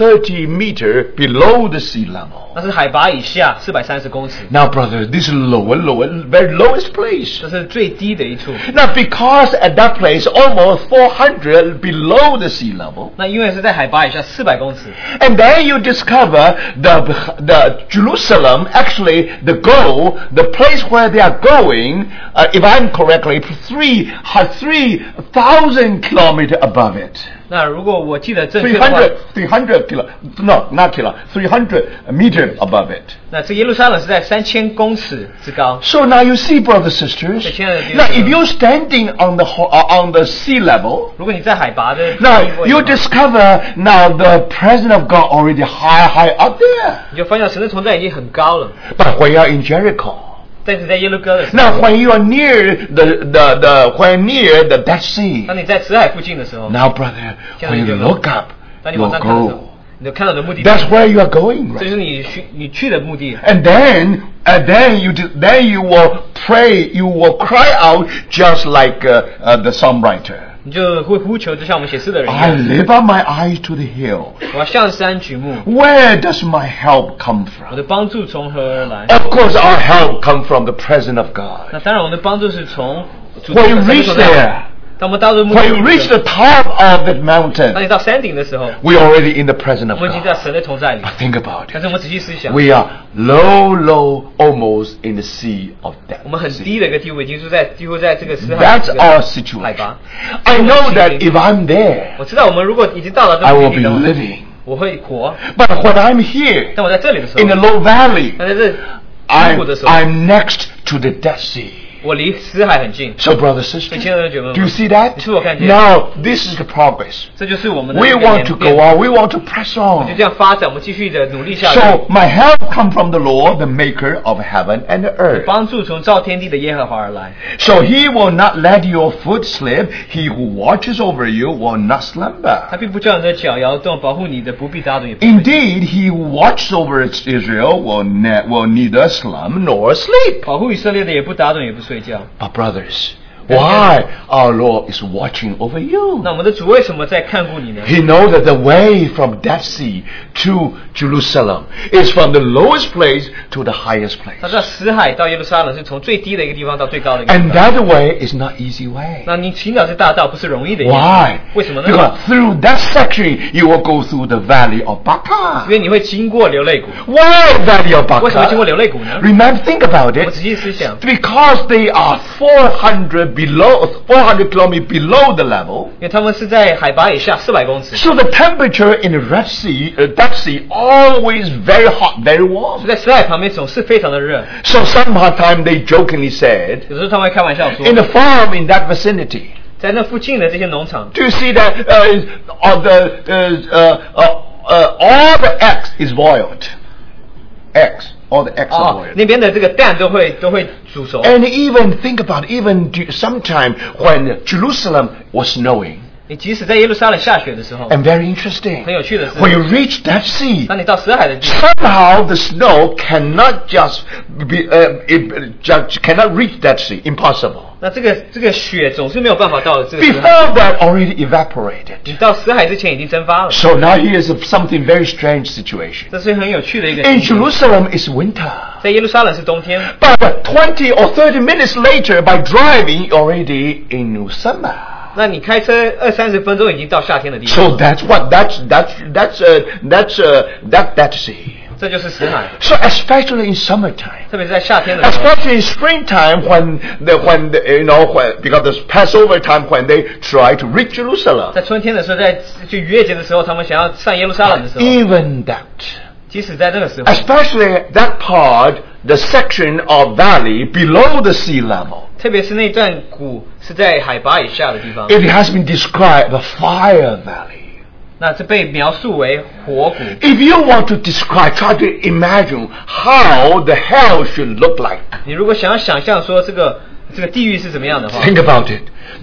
S1: meter below the sea level.
S2: 那是海拔以下四百三十公尺，
S1: Now, brother, this is lower, lower, very lowest place.
S2: 这是最低的一处。
S1: Now, because at that place, almost 400 below the sea level,
S2: 那因为是在海拔以下四百公尺，
S1: And then you discover the, the Jerusalem, actually the goal, the place where they are going, uh, if I'm correctly, three, uh, 3,000 kilometers above it.
S2: 那如果我记得正确的话，
S1: 300, 300 kilo, no, not kilo, 300 meters above it.
S2: 那这耶路撒冷是在三千公尺之高。
S1: So now you see, brothers sisters.
S2: Hey, Kenneth,
S1: Now,
S2: you-
S1: if you're standing on the ho- uh, on the sea level,
S2: 如果你在海拔的地位
S1: now
S2: 的
S1: you
S2: 话
S1: discover now the presence of God already high, high up there.
S2: 你就发现神的存在已经很高了。
S1: But when you are in Jericho,
S2: 但是在耶路哥的时候，
S1: now when you are near the the, the when near the Dead Sea,
S2: 当你在死海附近的时候，
S1: now brother, when you look up,
S2: 当你
S1: you
S2: 往上看的时候
S1: go.，
S2: 你就看到你的目的地，
S1: That's where you are going,
S2: 这
S1: right?
S2: 就是你去你去的目的。
S1: And then, and then you do, then you will pray, you will cry out just like uh, uh, the psalm writer.
S2: 你就会呼求，就像我们写诗的人一
S1: I
S2: 样，
S1: lift up my eyes to the hill.
S2: 我要向山举目，
S1: Where does my help come
S2: 我
S1: from?
S2: 的帮助从何而来？
S1: Of course, our help comes from the presence of
S2: 那
S1: God.
S2: 当然，我们的帮助是从主
S1: When
S2: 神
S1: you
S2: 的
S1: reach
S2: 手上
S1: there,
S2: 当我们到达目的
S1: when you
S2: 地的
S1: reach
S2: 时候
S1: the top of that
S2: 当你
S1: mountain,
S2: 到山顶的时候，
S1: we're already in the presence
S2: 我
S1: of
S2: 们已经在
S1: God.
S2: 神的同在里。
S1: Now think about
S2: 但是我
S1: it.
S2: 们仔细思想，
S1: We are low, low, almost in the sea of
S2: 我
S1: death.
S2: 们很低的一个地位，已经是在几乎在这个死海
S1: That's
S2: 这
S1: our
S2: 个
S1: situation.
S2: 海拔。
S1: I know that if I'm there,
S2: 我知道，我们如果已经到了
S1: I
S2: 这个
S1: will
S2: 目的
S1: be
S2: 地的话
S1: living.
S2: 我会活。
S1: But when I'm here
S2: 但我在这里的时
S1: in the
S2: 候，
S1: low valley,
S2: 但在这低
S1: I'm,
S2: 谷的时候，
S1: I'm next to the Dead Sea.
S2: 我离死海很近。
S1: So, brother, sister,
S2: 所以亲爱的姐妹
S1: do you
S2: 们，
S1: see that?
S2: 你是否看见？
S1: Now, this is the progress.
S2: 这就是我们的
S1: We
S2: 一个
S1: want
S2: 演
S1: to
S2: 变
S1: go on. We want to press
S2: 就
S1: on.
S2: 这样发展，我们继续的努力下去。
S1: So, my help come from the Lord, the Maker of heaven and the
S2: 我
S1: earth.
S2: 帮助从造天地的耶和华而来，
S1: So He will not let your foot slip. He who watches over you will not
S2: 他
S1: slumber.
S2: 并不叫你的脚摇动，保护你的不必打盹，也不会
S1: Indeed, He who watches over Israel will, ne- will neither slumber nor sleep.
S2: 保护以色列的也不打盹，也不睡觉。
S1: But brothers, why our Lord is watching over you?
S2: 那我们的主为什么在看顾你呢？
S1: He knows that the way from Dead Sea to Jerusalem is from the lowest place to the highest place.
S2: 他知道死海到耶路撒冷是从最低的一个地方到最高的一个地
S1: And
S2: 方。
S1: that way is not easy way.
S2: 那你寻找这大道不是容易的一件事
S1: Why?
S2: 为什么呢？
S1: Because through that section you will go through the valley of
S2: 因为
S1: Baca.
S2: 你会经过流泪谷。
S1: Why valley of
S2: 为什么经过流
S1: Baca?
S2: 泪谷呢？
S1: Remember, think about
S2: 我们
S1: it.
S2: 仔细思想，
S1: Because they are 400 below, 400 kilometers below the level.
S2: 因为他们是在海拔以下四百公尺，
S1: So the temperature in the Red Sea, uh, Dead Sea, always very hot, very
S2: 所
S1: warm.
S2: 以在死海旁边总是非常的热。
S1: So sometime they jokingly said,
S2: 有时候他们会开玩笑说，
S1: in the farm in that vicinity,
S2: 在那附近的这些农场，
S1: do you see that uh, is- uh, the uh, uh, uh, uh, all the X is boiled, X, all the X
S2: 哦
S1: are，boiled.
S2: 那边的这个蛋都会都会煮熟。
S1: And even think about it, even du- sometime when Jerusalem was snowing,
S2: 你即使在耶路撒冷下雪的时候，
S1: and very interesting.
S2: 很有趣的是，
S1: When you reach that sea,
S2: 当你到死海的地方，
S1: somehow the snow cannot just be uh, it, just cannot reach that sea. Impossible.
S2: 那这个这个雪总是没有办法到这个
S1: Before
S2: 死海。
S1: that, already evaporated.
S2: 你到死海之前已经蒸发了，
S1: So now here's a, something very strange situation.
S2: 这是很有趣的一个。
S1: In Jerusalem, it's winter.
S2: 在耶路撒冷是冬天，
S1: But 20 or 30 minutes later, by driving, already in summer.
S2: 那你开车二三十分钟已经到夏天的地方，
S1: So that's what that's that's that's uh, that's uh, that that sea.
S2: 这就是死海。
S1: So especially in summertime.
S2: 特别是在夏天的时候，
S1: Especially in springtime when the when the, you know when because this Passover time when they try to reach
S2: 在
S1: Jerusalem.
S2: 春天的时候，在就逾越节的时候，他们想要上耶路撒冷的时候，
S1: Even that,
S2: 即使在那个时
S1: 哎
S2: 候，
S1: especially that part, the section of valley below the sea level,
S2: 特别是那段谷是在海拔以下的地方，
S1: it has been described a fire valley.
S2: 那这被描述为火谷。
S1: If you want to describe, try to imagine how the hell should look like.
S2: 你如果想要想象说这个这个地狱是怎么样的话，
S1: Think about it.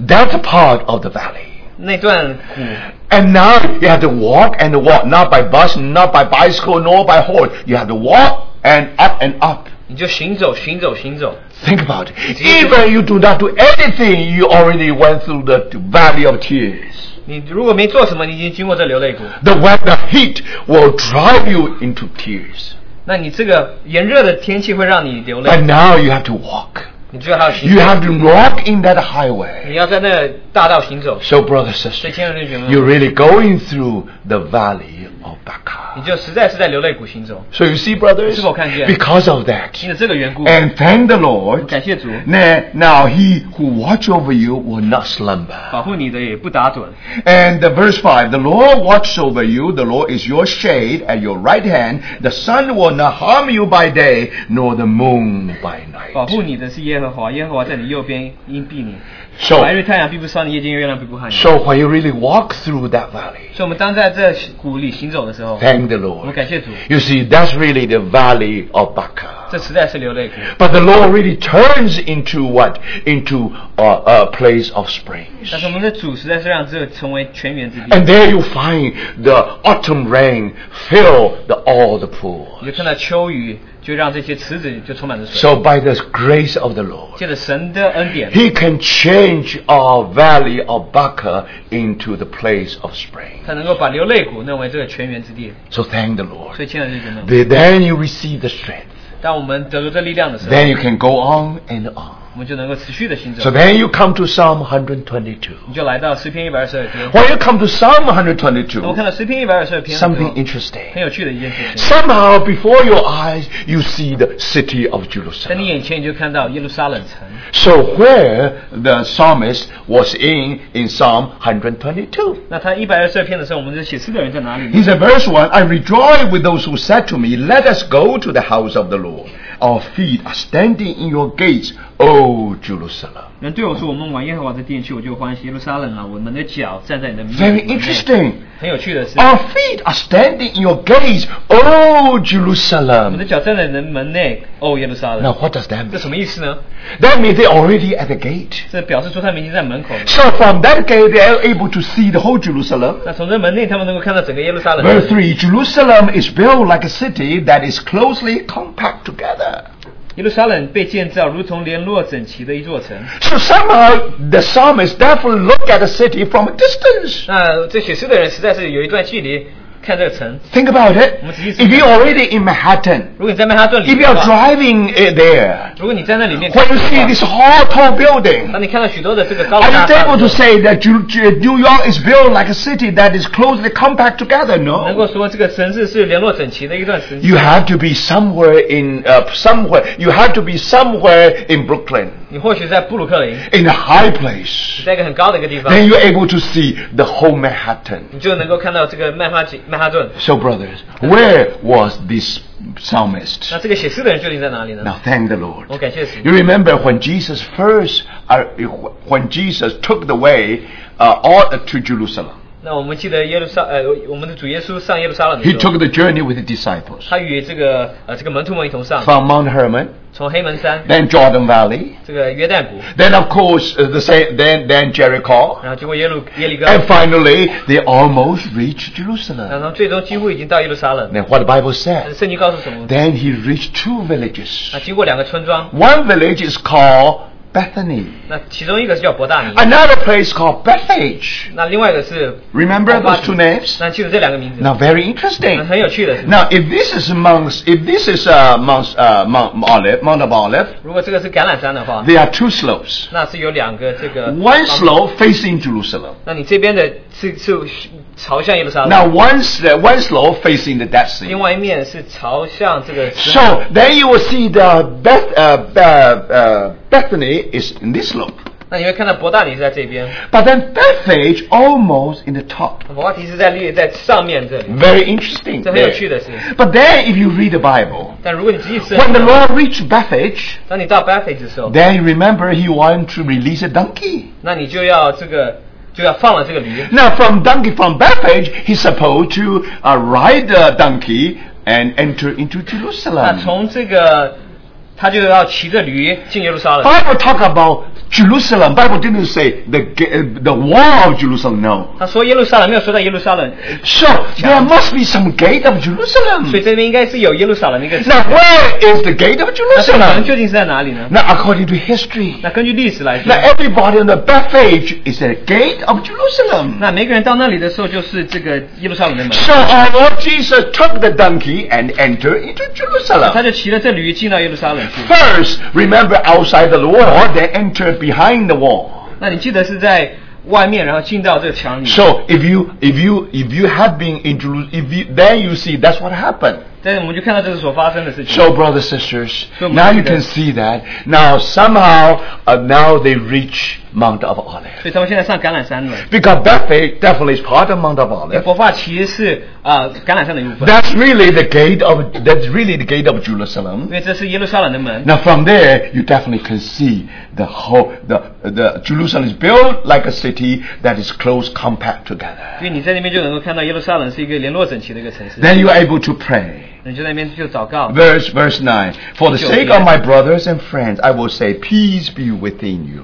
S1: That's a part of the valley.
S2: 那段谷，
S1: And now you have to walk and walk, not by bus, not by bicycle, nor by horse. You have to walk and up and up.
S2: 你就行走行走行走，
S1: Think about it. Even you do not do anything, you already went through the valley of tears.
S2: 你如果没做什么，你已经经过这流泪谷，
S1: The weather heat will drive you into tears.
S2: 那你这个炎热的天气会让你流泪，
S1: But now you have to walk.
S2: 你就还要行
S1: 嗯 You
S2: 走，
S1: have to walk in that
S2: 你
S1: highway.
S2: 要在那大道行走。
S1: So, brother,
S2: 所
S1: sister,
S2: 以，亲爱的弟兄们，
S1: you're really going through the valley of Baca.
S2: 你就实在是在流泪苦心中。
S1: So you see, brothers,
S2: 是否看见？
S1: because of that.
S2: 因为这个缘故，
S1: And thank the Lord.
S2: 感谢主。
S1: Na- Now he who watch over you will not slumber.
S2: 保护你的也不打盹。
S1: And the verse 5, the Lord watches over you, the Lord is your shade at your right hand, the sun will not harm you by day, nor the moon by
S2: 保
S1: night.
S2: 护你的是耶和华，耶和华在你右边荫蔽你。白
S1: So,
S2: 日太阳必不伤你，夜间月亮必不害你。所
S1: so when you really walk through that valley,
S2: 以，我们当在这谷里行走的时候，
S1: thank the
S2: 我们
S1: Lord.
S2: 感谢主，
S1: You see, that's really the valley of Baca.
S2: 这实在是流泪谷。
S1: But the Lord really turns into what? Into a, a place of springs.
S2: 但是我们的主实在是让这个成为泉源之地。
S1: And there you find the autumn rain fill the, all the
S2: 你
S1: pool.
S2: 就看到秋雨，就让这些池子就充满着水。
S1: So by the grace of the Lord,
S2: 借着神的恩典，
S1: He can change our valley of Baca into the place of spring.
S2: 他能够把流泪谷弄为这个泉源之地。
S1: So thank the
S2: 所
S1: Lord.
S2: 以，亲爱的弟兄们，
S1: The- Then you receive the strength.
S2: 当我们得着这力量的时候，
S1: Then you can go on and on.
S2: 我们就能够持续的行
S1: So
S2: 走。
S1: then you come to Psalm 122.
S2: 你就来到诗篇一百二十二篇。
S1: When you come to Psalm
S2: 我们看
S1: 122,
S2: 到诗篇一百二十二篇的时候
S1: something
S2: 很
S1: interesting.
S2: 有趣的一件事情，
S1: Somehow before your eyes, you see the city of
S2: 在你
S1: Jerusalem.
S2: 眼前你就看到耶路撒冷城。
S1: So where the psalmist was in in Psalm 122.
S2: 那他一百二十二篇的时候，我们这写诗的人在哪里
S1: He said,
S2: 呢？
S1: verse 1, I rejoice with those who said to me, Let us go to the house of the Lord. Our feet are standing in your gates, O Jerusalem.
S2: 人对我说：“我们往耶和华的殿去，我就欢喜。耶路撒冷啊，我们的脚站在你的门
S1: Very interesting.
S2: 很有趣的是，
S1: Our feet are standing in your gates, O
S2: 我们
S1: Jerusalem.
S2: 的脚站在人门内。哦，耶路撒
S1: Now
S2: 冷，
S1: what does that
S2: 这什
S1: mean?
S2: 么意思呢？
S1: That means they're already at the gate.
S2: 这表示说他们已经在门口了。
S1: So from that gate they are able to see the whole Jerusalem.
S2: 那从这门内，他们能够看到整个耶路撒冷。
S1: Verse 3 Jerusalem is built like a city that is closely compact together.
S2: 耶路撒冷被建造如同联络整齐的一座城。
S1: So somehow the psalmist therefore look at a city from a distance.
S2: 那这写诗的人实在是有一段距离看这个城。
S1: Think about it. If you're already in Manhattan,
S2: 如果你在曼哈顿里
S1: if
S2: 面
S1: you're
S2: 的话，
S1: driving eh, there,
S2: 如果你站在里面看
S1: when
S2: 的
S1: you
S2: 话，
S1: see this whole tall building,
S2: 当你看到许多的这个高楼
S1: are
S2: 大
S1: you
S2: 厦
S1: able
S2: 的
S1: to
S2: 时候，
S1: say that Ju- Ju- New York is built like a city that is closely compact together?
S2: 能
S1: No.
S2: 够说这个城市是联络整齐的一段时间。
S1: You have to be somewhere in uh, somewhere. You have to be somewhere in Brooklyn,
S2: 你或许在布鲁克林，
S1: in a high place.
S2: 在一个很高的一个地方，
S1: then you're able to see the whole Manhattan.
S2: 你就能够看到这个曼哈吉曼哈顿。
S1: So, brothers, where was this psalmist?
S2: 那这个写诗的人究竟在哪里呢？
S1: Now, thank the Lord.
S2: 我感谢神
S1: You。remember when Jesus first, uh, when Jesus took the way uh, all to Jerusalem,
S2: 那我们记得耶路撒呃，我们的主耶稣上耶路撒冷的
S1: he
S2: 时候，
S1: took the journey with the disciples
S2: 他与这个呃这个门徒们一同上，
S1: from Mount Hermon,
S2: 从黑门山
S1: then Jordan Valley,
S2: 这个约旦谷，
S1: then of course uh, the same, then then Jericho,
S2: 然后经过耶路耶利哥，
S1: and finally they almost reached
S2: 然
S1: Jerusalem.
S2: 后最终几乎已经到耶路撒冷。
S1: Then what the Bible
S2: 但是
S1: says?
S2: 圣经告诉什么？
S1: Then he reached two villages.
S2: 那经过两个村庄，
S1: One village is called Bethany.
S2: 那其中一个是叫伯大尼，
S1: Another place called Bethage. Oh,
S2: 那另外一个是
S1: Remember
S2: Bethany
S1: those two names?
S2: 那记住这两个名字。
S1: Now, very
S2: 那
S1: interesting.
S2: 很有趣的是，
S1: Now, if this is Mount, if this is uh, Mount, uh, Mount Olive, Mount of Olive,
S2: 如果这个是橄榄山的话，
S1: there are two slopes.
S2: 那是有两个这个
S1: One slope facing Jerusalem.
S2: 那你这边的是是是朝向耶路撒冷，
S1: Now, one, sl- one slope facing the Dead
S2: 另
S1: Sea.
S2: 外一面是朝向这个石门。
S1: So then you will see the Beth, uh, uh, uh, Bethany is in this slope,
S2: 那你会看到伯大尼是在这边，
S1: but then Bethage almost in the top.
S2: 伯大尼是在列在上面这里，
S1: Very interesting.
S2: 这很有
S1: there.
S2: 趣的是。
S1: But then, if you read the Bible,
S2: 但如果你仔细深
S1: when the
S2: 入，
S1: Lord reached Bethage,
S2: 当你到 Bethany 的时候，
S1: then remember he wanted to release a donkey.
S2: 那你就要这个就要放了这个驴。
S1: Now, from donkey from Bethage, he's supposed to uh, ride the donkey and enter into
S2: 那
S1: Jerusalem.
S2: 从这个他就要骑着驴进耶路撒冷。
S1: Bible talk about Jerusalem. Bible didn't say the ga- uh, the wall of Jerusalem. No.
S2: 他说耶路撒冷没有说到耶路撒冷，
S1: So there must be some gate of Jerusalem.
S2: 所以这边应该是有耶路撒冷那个。
S1: Now, where is the gate of
S2: 那这个
S1: Jerusalem?
S2: 城究竟是在哪里呢？
S1: Now, according to history,
S2: 那哎根据历史来说
S1: now，everybody on the Bethage is the gate of Jerusalem.
S2: 那每个人到那里的时候就是这个耶路撒冷的门。
S1: So our Lord Jesus took the donkey and entered into
S2: 他
S1: Jerusalem.
S2: 就骑着这驴进到耶路撒冷去。
S1: First, remember outside the wall, then enter behind the wall.
S2: 那你记得是在外面，然后进到这个墙里。
S1: So if you if you if you have been introduced, if you, then you see that's what happened.
S2: 但是我们就看到这是所发生的事情。
S1: So brothers sisters,
S2: So,
S1: now you
S2: brothers-
S1: can see that. Now somehow uh, now they reach Mount of Olives
S2: 所以他们现在上橄榄山了。
S1: because that faith definitely is part of Mount of
S2: 那
S1: Olives.
S2: 佛法其实是啊、呃橄榄山的一部分，
S1: That's really the gate of that's really the gate of
S2: 因
S1: Jerusalem.
S2: 为这是耶路撒冷的门。
S1: Now from there you definitely can see the whole the the Jerusalem is built like a city that is close compact together.
S2: 所以你在那边就能够看到耶路撒冷是一个联络整齐的一个城市。
S1: Then you are able to pray.
S2: 你就在那边就祷告。
S1: Verse verse nine. For the sake of my brothers and friends, I will say, peace be within you.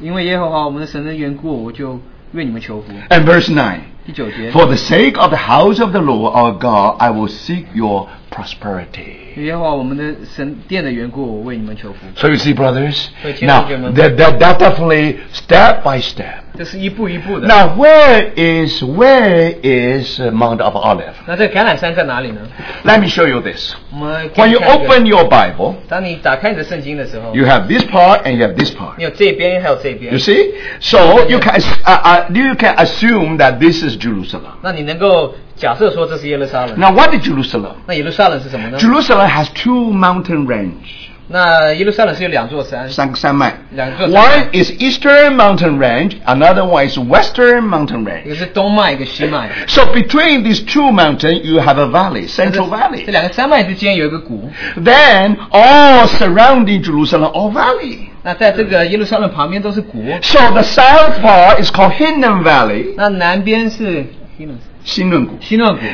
S2: 因为耶和华我们的神的缘故，我就为你们求福。
S1: And verse nine.
S2: 第九节，
S1: For the sake of the house of the Lord our God, I will seek your prosperity.
S2: 耶和华我们的神殿的缘故，我为你们求福。
S1: So you see, brothers.
S2: Wait,
S1: Now
S2: yeah, yeah,
S1: that, that that definitely step by step.
S2: 这是一步一步的。
S1: Now where is where is uh, Mount of Olive?
S2: 那这个橄榄山在哪里呢？
S1: Let me show you this.
S2: 我们可
S1: When you
S2: 以看一个
S1: open your Bible,
S2: 当你打开你的圣经的时候，
S1: you have this part and you have this part.
S2: 你有这边还有这边
S1: You，see, so you can uh, uh, you can assume that this is Jerusalem.
S2: 那你能够假设说这是耶路撒冷。
S1: Now, what is Jerusalem?
S2: 那耶路撒冷是什么呢？
S1: Jerusalem has two mountain range.
S2: 那耶路撒冷是有两座山，
S1: San- San Mai.
S2: 两个山脉。
S1: One is eastern mountain range, another one is western mountain
S2: 一
S1: range.
S2: 个是东脉，一个西脉。
S1: So between these two mountains, you have a valley,
S2: 这
S1: central
S2: 这
S1: valley.
S2: 两个山脉之间有一个谷。
S1: Then all surrounding Jerusalem are valley.
S2: 那在这个耶路撒冷旁边都是谷，
S1: So the south part is called Hinnom Valley,
S2: 那南边是
S1: Sinungu.
S2: 西顿谷。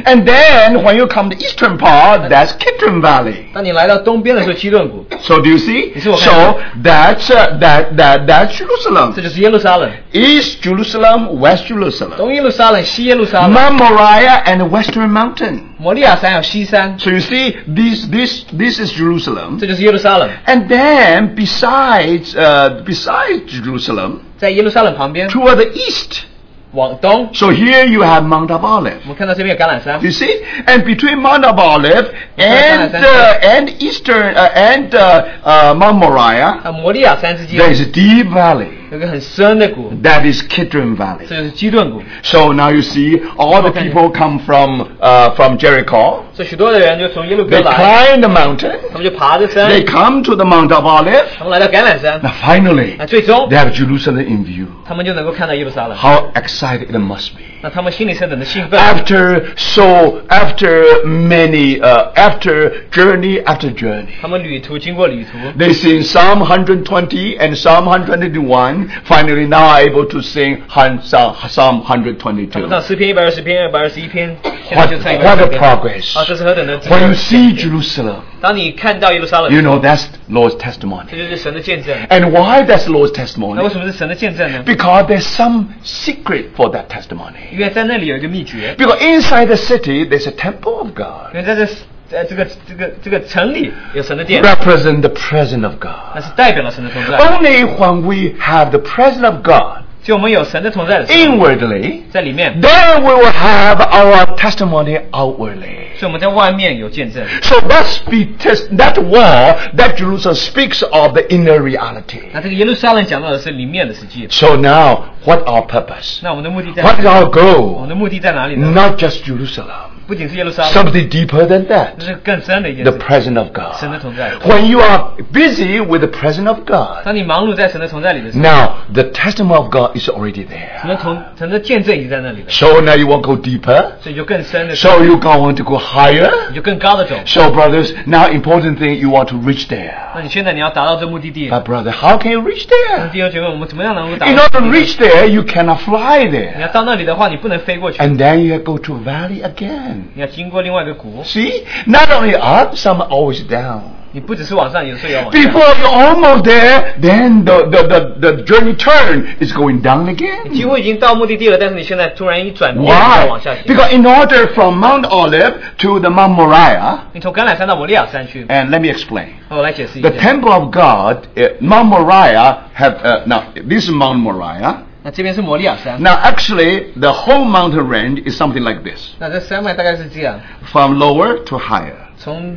S1: And then when you come to the eastern part, that's Kitron Valley.
S2: 当你来到东边的时候，基顿谷，
S1: So do you see?
S2: 你是我看见。
S1: So that's uh, that that that's
S2: 这
S1: Jerusalem.
S2: 就是耶路撒冷。
S1: East Jerusalem, West Jerusalem,
S2: 东耶路撒冷、西耶路撒冷、
S1: Mount Moriah and the Western Mountain.
S2: 摩利亚山有西山，
S1: So you see, this this this is Jerusalem.
S2: 这就是耶路撒冷。
S1: And then besides uh, besides Jerusalem,
S2: 在耶路撒冷旁边
S1: toward the east.
S2: 往东，
S1: So here you have Mount of
S2: 我
S1: Olive.
S2: 们看到这边有橄榄山
S1: Do。You see, and between Mount of Olive and uh, and eastern uh, and uh, uh, Mount Moriah,
S2: 啊，摩利亚山之间
S1: there is a deep valley.
S2: 有个很深的谷，
S1: That is Kidron Valley.
S2: 这就是基顿谷。
S1: So now you see, all the
S2: Okay.
S1: people come from uh, from Jericho.
S2: 所以许多的人就从耶路哥
S1: They
S2: 来，
S1: climb the mountain.
S2: 他们就爬着山，
S1: They come to the Mount of Olives.
S2: 他们来到橄榄山，
S1: Now finally,
S2: 那最终
S1: they have Jerusalem in view.
S2: 他们就能够看到耶路撒冷。
S1: How excited it must be!
S2: 那他们心里是等着兴奋。
S1: 哎 After so, after many, uh, after journey after journey.
S2: 他们旅途经过旅途，
S1: They sing Psalm 120 and Psalm 121. Finally, now are able to sing hun- Psalm Psalm 122.
S2: 上诗篇一百二十篇、二百二十一篇，现在
S1: What,
S2: 就唱一百
S1: what
S2: 二
S1: a
S2: 十篇。啊，这
S1: progress!
S2: 是何等的自由！
S1: When you see Jerusalem,
S2: 当你看到耶路撒冷
S1: You，know 哎 that's Lord's
S2: 这
S1: testimony.
S2: 就是神的见证。
S1: And why that's Lord's
S2: 那为
S1: testimony?
S2: 什么是神的见证呢？
S1: Because there's some secret for that testimony.
S2: 因为在那里有一个秘诀，
S1: Because inside the city there's a temple of
S2: 因
S1: God.
S2: 为在这在这个这个这个城里有神的殿，
S1: Represent the presence of
S2: 那
S1: God.
S2: 是代表了神的存在。
S1: Only when we have the presence of God
S2: 就我们有神的存在的时候，
S1: inwardly,
S2: 在里面，
S1: then we will have our testimony outwardly.
S2: 所以我们在外面有见证。
S1: So that speak test that wall that Jerusalem speaks of the inner reality.
S2: 那这个耶路撒冷讲到的是里面的实际。
S1: So now what our purpose?
S2: 那我们的目的在哪
S1: What is
S2: 里？
S1: our
S2: 我
S1: goal?
S2: 们的目的在哪里呢？
S1: not just Jerusalem,
S2: 不仅是耶路撒冷，
S1: something deeper than
S2: 这
S1: that.
S2: 是更深的一件
S1: The
S2: 事。
S1: presence of God.
S2: 神的同在。
S1: When you are busy with the presence of God,
S2: 当你忙碌在神的同在里的时候，
S1: now the testimony of God is already
S2: 神
S1: there.
S2: 的同神的见证已经在那里了，
S1: So now you want to go deeper.
S2: 所以就更深的，
S1: So you go want to go higher.
S2: 你就更高的走。
S1: So brothers, now important thing you want to reach there.
S2: 那你现在你要达到这目的地，
S1: But brother, how can you reach
S2: 那
S1: there?
S2: 第二节问我们怎么样能够达
S1: In
S2: 到？
S1: order to reach there, you cannot fly
S2: 你
S1: there.
S2: 要到那里的话，你不能飞过去，
S1: And then you go to valley again.
S2: 你要经过另外一个谷。
S1: See, not only up, some are always down.
S2: 你不只是往上，有的时候也要往下。
S1: Before you're almost there, then the, the, the, the journey turn is going down
S2: 几
S1: again.
S2: 乎已经到目的地了，但是你现在突然一转变，你要往
S1: Why?
S2: 下行。
S1: Because in order from Mount Olive to the Mount Moriah,
S2: 你从橄榄山到摩利亚山去，哦
S1: and let me explain.
S2: 我来解释一
S1: The
S2: 下。
S1: temple of God, uh, Mount Moriah, have uh, now this is Mount Moriah.
S2: 那这边是摩利亚山，
S1: Now, actually, the whole mountain range is something like this,
S2: 那这山脉大概是这样，
S1: from lower to higher.
S2: 从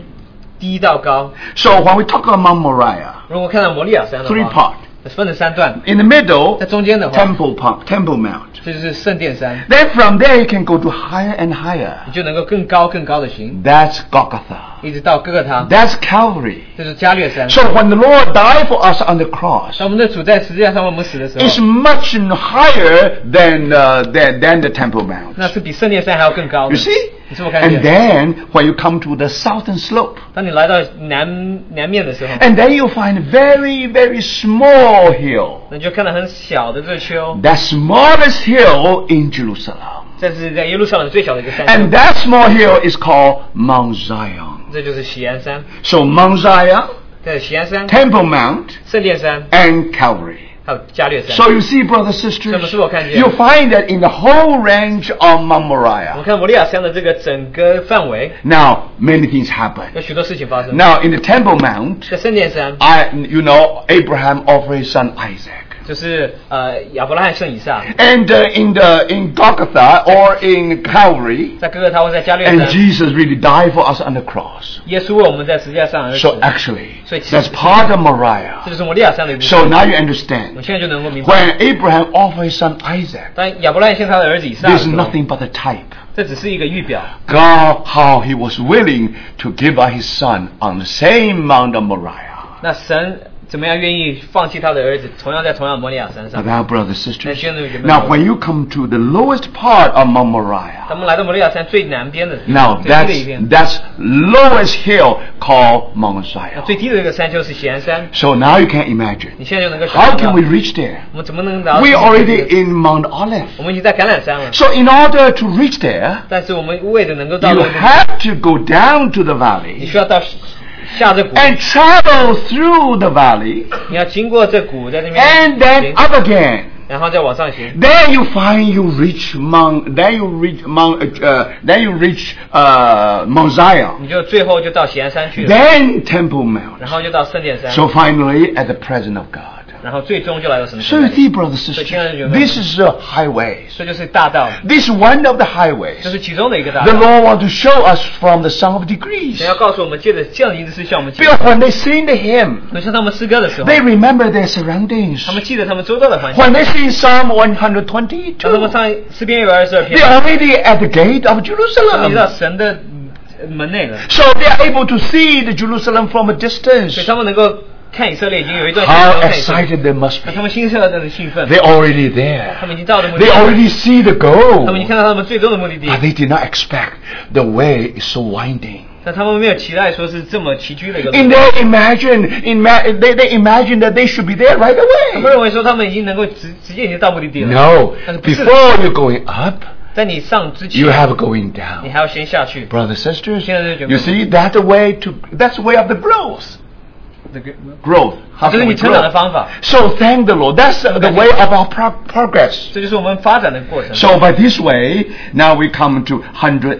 S2: 低到高。
S1: So when we talk about Mount Moriah,
S2: 如果看到摩利亚山的
S1: three
S2: 话，
S1: part.
S2: 分成三段，
S1: In the middle,
S2: 在中间的话，
S1: temple, pump, temple Mount.
S2: 这就是圣殿山，
S1: Then from there you can go to higher and
S2: 你
S1: higher.
S2: 就能够更高更高的行，
S1: That's Golgotha.
S2: 一直到哥哥他，
S1: That's Calvary.
S2: 这是加略山。
S1: So when the Lord died for us on the cross,
S2: 当我们的主在十字架上为我们死的时
S1: it's
S2: 候，
S1: much higher than, uh, than, than the Temple Mount.
S2: 那是比圣殿山还要更高
S1: You
S2: 的。
S1: see?
S2: 你是不是看见？
S1: And then when you come to the southern slope,
S2: 当你来到南南面的时候，
S1: and then you find very, very small hill.
S2: 你就看到很小的这个丘，
S1: The smallest hill in Jerusalem.
S2: 这是在耶路撒冷最小的一个山丘
S1: And that small hill is called Mount Zion.
S2: 这就是喜安山。
S1: So Mount Zion,
S2: 在喜安山、
S1: Temple Mount,
S2: 圣殿山
S1: and Calvary.
S2: 还有加略山。
S1: So you see, brothers sisters,
S2: 那么是我看见。
S1: you find that in the whole range of Mount
S2: 我们
S1: Moriah.
S2: 看摩利亚山的这个整个范围，
S1: Now many things happen.
S2: 有许多事情发生。
S1: Now in the Temple Mount,
S2: 在圣殿山，
S1: I, you know, Abraham offered his son Isaac.
S2: 就是呃亚伯拉罕圣以撒，
S1: And uh, in the in Golgotha or in Calvary,
S2: 在哥哥他会在加略
S1: and
S2: 山，
S1: Jesus really died for us on the cross.
S2: 耶稣为我们在十字架上而死。
S1: So actually,
S2: 所以其实-
S1: that's part of
S2: 这
S1: Moriah.
S2: 就是摩利亚山的一部分。
S1: So now you
S2: 我们
S1: understand.
S2: 现在就能够明白，
S1: When Abraham offered his son Isaac,
S2: 当亚伯拉罕献他的儿子以撒的
S1: there's
S2: 时候
S1: nothing but a type.
S2: 这只是一个预表。
S1: God, how he was willing to give up his son on the same Mount of Moriah.
S2: 那神怎么样愿意放弃他的儿子，同样在同样摩利亚山上
S1: But？now, brothers sisters,
S2: 那现在有没有-
S1: now when you come to the lowest part of Mount
S2: 他
S1: Moriah,
S2: 们来到摩利亚山最南边的
S1: now
S2: 最低的
S1: that's
S2: 一边，
S1: that's lowest hill called Mount
S2: 那
S1: Zion.
S2: 最低的这个山就是喜安山。
S1: So now you can imagine.
S2: 你现在就能够想
S1: How
S2: 象
S1: can we reach there?
S2: 我们怎么能达到
S1: We
S2: 这个
S1: already in Mount Olive.
S2: 我们已经在橄榄山了，
S1: So in order to reach there,
S2: 但是我们为了能够到
S1: you
S2: 那个，
S1: have to go down to the
S2: 你
S1: valley
S2: 需要到下这谷，
S1: and travel through the valley
S2: 你要经过这谷，在这边
S1: and then
S2: 行
S1: up again.
S2: 然后再往上行，
S1: Then you find you reach Mount. Then you reach Mount. Uh, uh, then you reach uh, Mount
S2: 你
S1: Zion.
S2: 就最后就到喜安山去了，
S1: Then Temple
S2: 然
S1: Mount.
S2: 后就到圣殿山，
S1: So finally, at the presence of God.
S2: 然后最终就来到神的
S1: So
S2: 圣
S1: you
S2: 殿
S1: see, brothers and sisters, this is the highways.
S2: 这就是大道，
S1: This is one of the
S2: 这
S1: highways.
S2: 是其中的一个大
S1: The
S2: 道。
S1: Lord wants to show us from the Song of Degrees.
S2: 神要告诉我们，借着这样的一个事向我们记录
S1: Because when they sing the hymn,
S2: 每次他们诗歌的时候，
S1: they remember their surroundings.
S2: 他们记得他们周遭的环境。
S1: When they sing Psalm
S2: 当他们
S1: 122,
S2: 唱诗篇一百二十二
S1: they
S2: 篇，
S1: are already at the gate of
S2: 他们已经到
S1: Jerusalem.
S2: 神的呃门内了，
S1: So they are able to see the Jerusalem from a
S2: 所以
S1: distance.
S2: 他们能够看以色列已经有一段时间没
S1: How
S2: 有看以色列，
S1: excited they must
S2: 那
S1: be.
S2: 他们心色的很兴奋，
S1: They're already
S2: 他
S1: there.
S2: 们已经到了目的
S1: They
S2: 地，
S1: already see the
S2: 他们已
S1: goal.
S2: 经看到他们最终的目的地
S1: But，they did not expect the way is so winding.
S2: 但他们没有期待说是这么崎岖的一个路。
S1: In
S2: 他
S1: their imagine, ima- they, they imagine that they should be there right
S2: 们
S1: away.
S2: 认为说他们已经能够直直接已经到目的地了，
S1: No,
S2: That's-
S1: before you're going up,
S2: 在你上之
S1: you
S2: 前，
S1: have going
S2: 你
S1: down.
S2: 还要先下去。
S1: Brothers, sisters,
S2: 现在就觉得-
S1: you see that's the way to that's the way of the growth.
S2: 这个
S1: Growth.
S2: 这
S1: How
S2: 是
S1: can
S2: 你
S1: we
S2: 成长的
S1: grow?
S2: 方法，
S1: So thank the Lord. That's uh, the way of our pro- progress.
S2: 这就是我们发展的过程。所
S1: So by this way, now we come to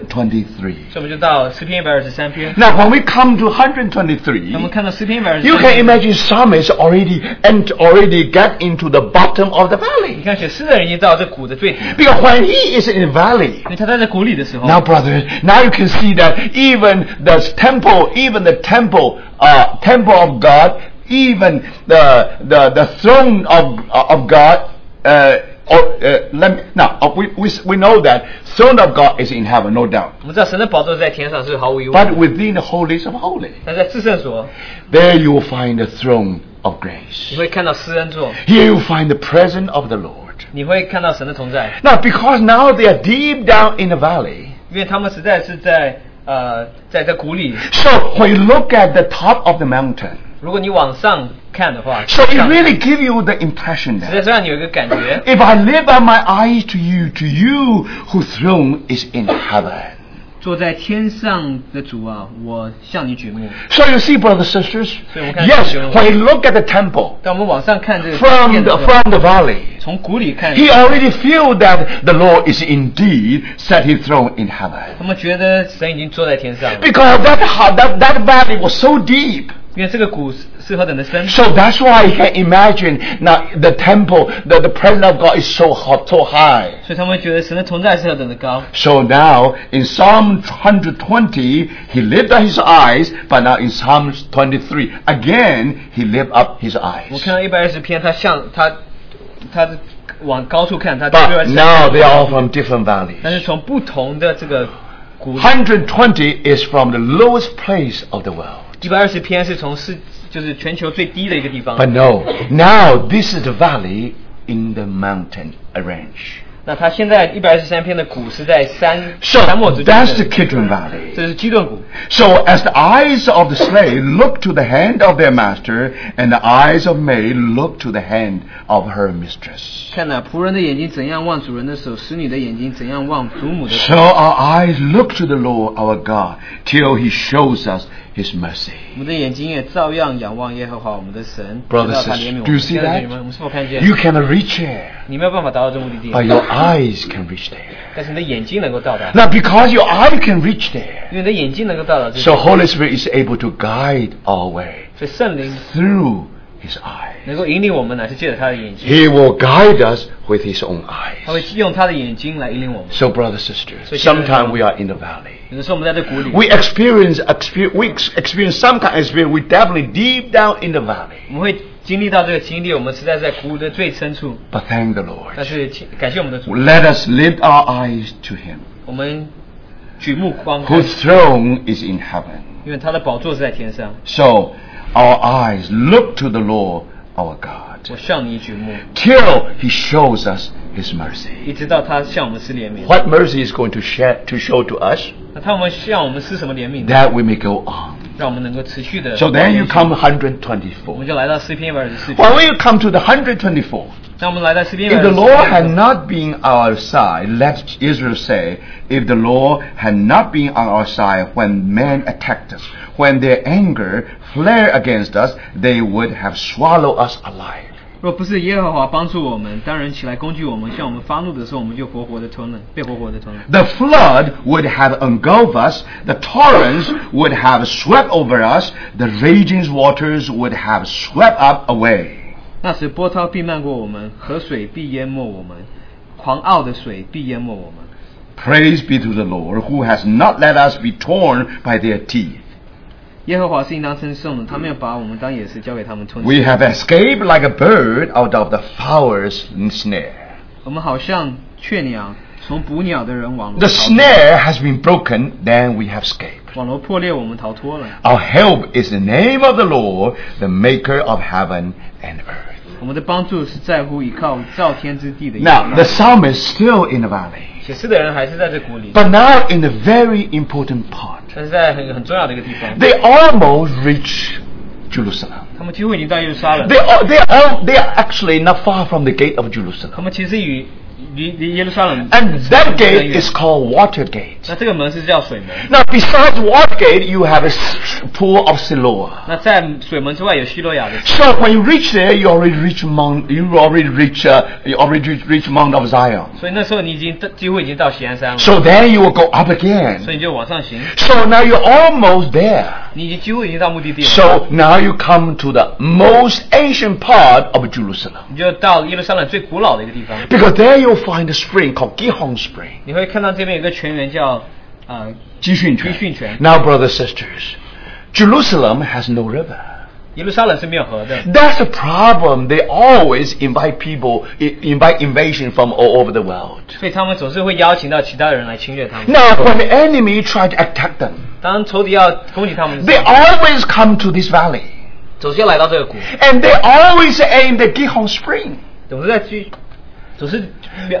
S1: 123.
S2: 以我们就到诗篇一百二十三篇。
S1: Now when we come to
S2: 那我们
S1: 123,
S2: 看到诗篇一百二十
S1: you
S2: 三
S1: can
S2: 篇。
S1: imagine psalmists already and already get into the bottom of the
S2: 你
S1: valley.
S2: 看，写诗的人已经到这谷的最底，
S1: Because when he is in the valley,
S2: 因为他在这谷里的时候，
S1: Now, brothers, now you can see that even the temple, even the temple, uh, temple of God, even the the, the throne of of God. Uh, or, uh, let me, now uh, we, we we know that throne of God is in heaven, no doubt.
S2: 我们知道神的宝座在天上是毫无疑问，
S1: But within the holies of holies,
S2: 但在至圣所
S1: there you will find the throne of
S2: 你
S1: grace.
S2: 会看到施恩座，
S1: Here you will find the presence of the Lord.
S2: 你会看到神的同在，
S1: Now, because now they are deep down in the valley,
S2: 因为他们实在是在呃在这谷里。
S1: so when you look at the top of the mountain,
S2: 如果你往上看的话，
S1: So
S2: 上
S1: it really give you the impression
S2: 实在
S1: that
S2: 是让你有一个感觉，
S1: if I lift up my eyes to you, to you whose throne is in heaven.
S2: 坐在天上的主啊，我向你举目。
S1: So you see, brothers and sisters,
S2: 所以我们看
S1: yes,
S2: 圣经了。
S1: when you look at the temple
S2: 当我们往上看这个殿
S1: from
S2: 的
S1: the
S2: 时候
S1: from the valley,
S2: 从谷里看，
S1: he already feel that the Lord is indeed set his throne in heaven.
S2: 他们觉得神已经坐在天上了，
S1: Because that ho- that that valley was so deep.
S2: 因为这个谷是是何等的深。
S1: So that's why I can imagine now the temple, the, the presence of God is so hot, so high.
S2: 所以他们觉得神的同在是何等的高。
S1: So now in Psalm 120, he lifted up his eyes, but now in Psalm 23, again he lifted up his
S2: 我
S1: eyes.
S2: 看到一百二十篇，他向他他往高处看，他第二
S1: But
S2: 十，
S1: now they are from different
S2: 但
S1: valleys.
S2: 是从不同的这个谷
S1: 120 is from the lowest place of the world.
S2: 一百二十篇是从世就是全球最低的一个地方。
S1: But no, now this is the valley in the mountain range.
S2: 那他现在一百二十三篇的谷是在山
S1: So
S2: 沙漠之间
S1: that's the
S2: 的，
S1: Kidron Valley.
S2: 这是基顿谷。
S1: So as the eyes of the slave look to the hand of their master, and the eyes of maid look to the hand of her mistress.
S3: 看哪，仆人的眼睛怎样望主人的手，使女的眼睛怎样望祖母的手。
S1: So our eyes look to the Lord our God till he shows us his
S3: 我
S1: mercy.
S3: 们的眼睛也照样仰望耶和华我们的神，直
S1: Brothers
S3: 到
S1: and
S3: 他怜悯我
S1: sisters,
S3: 们。
S1: do you see
S2: 亲爱的
S1: that?
S2: 弟兄们，我们是否看见
S1: You cannot reach there,
S2: 你没有办法达到这目的地，
S1: but your eyes can reach there.
S2: 但是你的眼睛能够到达，
S1: Now because your eye can reach there,
S2: 因为你的眼睛能够到达这里，
S1: so Holy Spirit is able to guide our way
S2: 所以圣灵
S1: through his eye.
S2: 能够引领我们，乃是借着他的眼睛，
S1: He will guide us with his own
S2: 他会
S1: eyes.
S2: 用他的眼睛来引领我们。
S1: So brothers and
S2: So,
S1: sisters, sometimes we are in the valley.
S2: 有的时候我们在这谷里，
S1: We experience, exper- we ex- experience some kind of experience. We definitely deep down in the valley.
S2: 我们会经历到这个经历，我们实在在谷的最深处。
S1: But thank the Lord.
S2: 但是请感谢我们的主，
S1: Let us lift our eyes to Him,
S2: 我们举目观看，
S1: whose throne is in heaven.
S2: 因为他的宝座是在天上。
S1: So our eyes look to the Lord our
S2: 我
S1: God
S2: 向你举目，
S1: till He shows us His
S2: 一
S1: mercy.
S2: 直到他向我们施怜悯。
S1: What mercy is going to, share, to show to us?
S2: 那他们向我们施什么怜悯呢？
S1: That we may go on.
S2: 让我们能够持续的。
S1: So then you come
S2: 我
S1: 124.
S2: 们就来到诗篇一百二十四篇。
S1: When we come to the 124,
S2: 当我们来到诗篇一百
S1: If
S2: 二十
S1: the
S2: 四
S1: Lord had
S2: 篇，
S1: not been on our side, let Israel say, if the Lord had not been on our side when men attacked us, when their anger flared against us, they would have swallowed us alive.
S3: 若不是耶和华帮助我们，当人起来攻击我们，向我们发怒的时候，我们就活活的吞了，被活活的吞了。
S1: The flood would have engulfed us, the torrents would have swept over us, the raging waters would have swept up away.
S3: 那时波涛必漫过我们，河水必淹没我们，狂傲的水必淹没我们。
S1: Praise be to the Lord who has not let us be torn by their teeth.
S3: 耶和华是应当称颂的，他没有把我们当野食交给他们吞吃。
S1: We have escaped like a bird out of the fowler's snare.
S3: 我们好像雀鸟从捕鸟的人网罗
S1: The
S3: 逃
S1: snare has been broken, then we have escaped.
S3: 网罗破裂，我们逃脱了。
S1: Our help is the name of the Lord, the maker of heaven and earth.
S3: 我们的帮助是在乎依靠造天之地的耶和华。
S1: Now, the psalmist still in the valley,
S2: 写诗的人还是在这谷里，
S1: but now in a very important part.
S2: 但是在很很重要的一个地方，
S1: They almost reach Jerusalem.
S2: 他们几乎已经到耶路撒冷
S1: They，are, they are, they are actually not far from the gate of
S2: 他
S1: Jerusalem.
S2: 们其实与离离耶路撒冷
S1: And
S2: 很
S1: that
S2: 远
S1: gate is called Water Gate.
S2: 那这个门是叫水门，
S1: Now, besides Water Gate, you have a s- pool of Siloah.
S2: 那在水门之外有希洛亚的山，
S1: So when you reach there, you already reach Mount. You already reach. Uh, you already reach- reach Mount of Zion.
S2: 所以那时候你已经几乎已经到锡安山了，
S1: So then you will go up
S2: 所
S1: again.
S2: 以你就往上行，
S1: So now you're almost there.
S2: 你已经几乎已经到目的地了，
S1: So now you come to the most ancient part of Jerusalem
S2: 你就到耶路撒冷最古老的一个地方，
S1: because there you'll find a spring called Gihon Spring.
S2: 你会看到这边有个泉源叫呃集训泉。
S1: Now, brothers sisters, Jerusalem has no river.
S2: 耶路撒冷是没有河的，
S1: That's the problem. They always invite people, i- invite invasion from all over the world.
S2: 所以他们总是会邀请到其他人来侵略他们。
S1: Now, when the enemy try to attack them,
S2: 当仇敌要攻击他们的时
S1: They
S2: 候，
S1: always come to this valley.
S2: 总是要来到这个谷，
S1: And they always aim the Gihon Spring.
S2: 总是在去，总是瞄瞄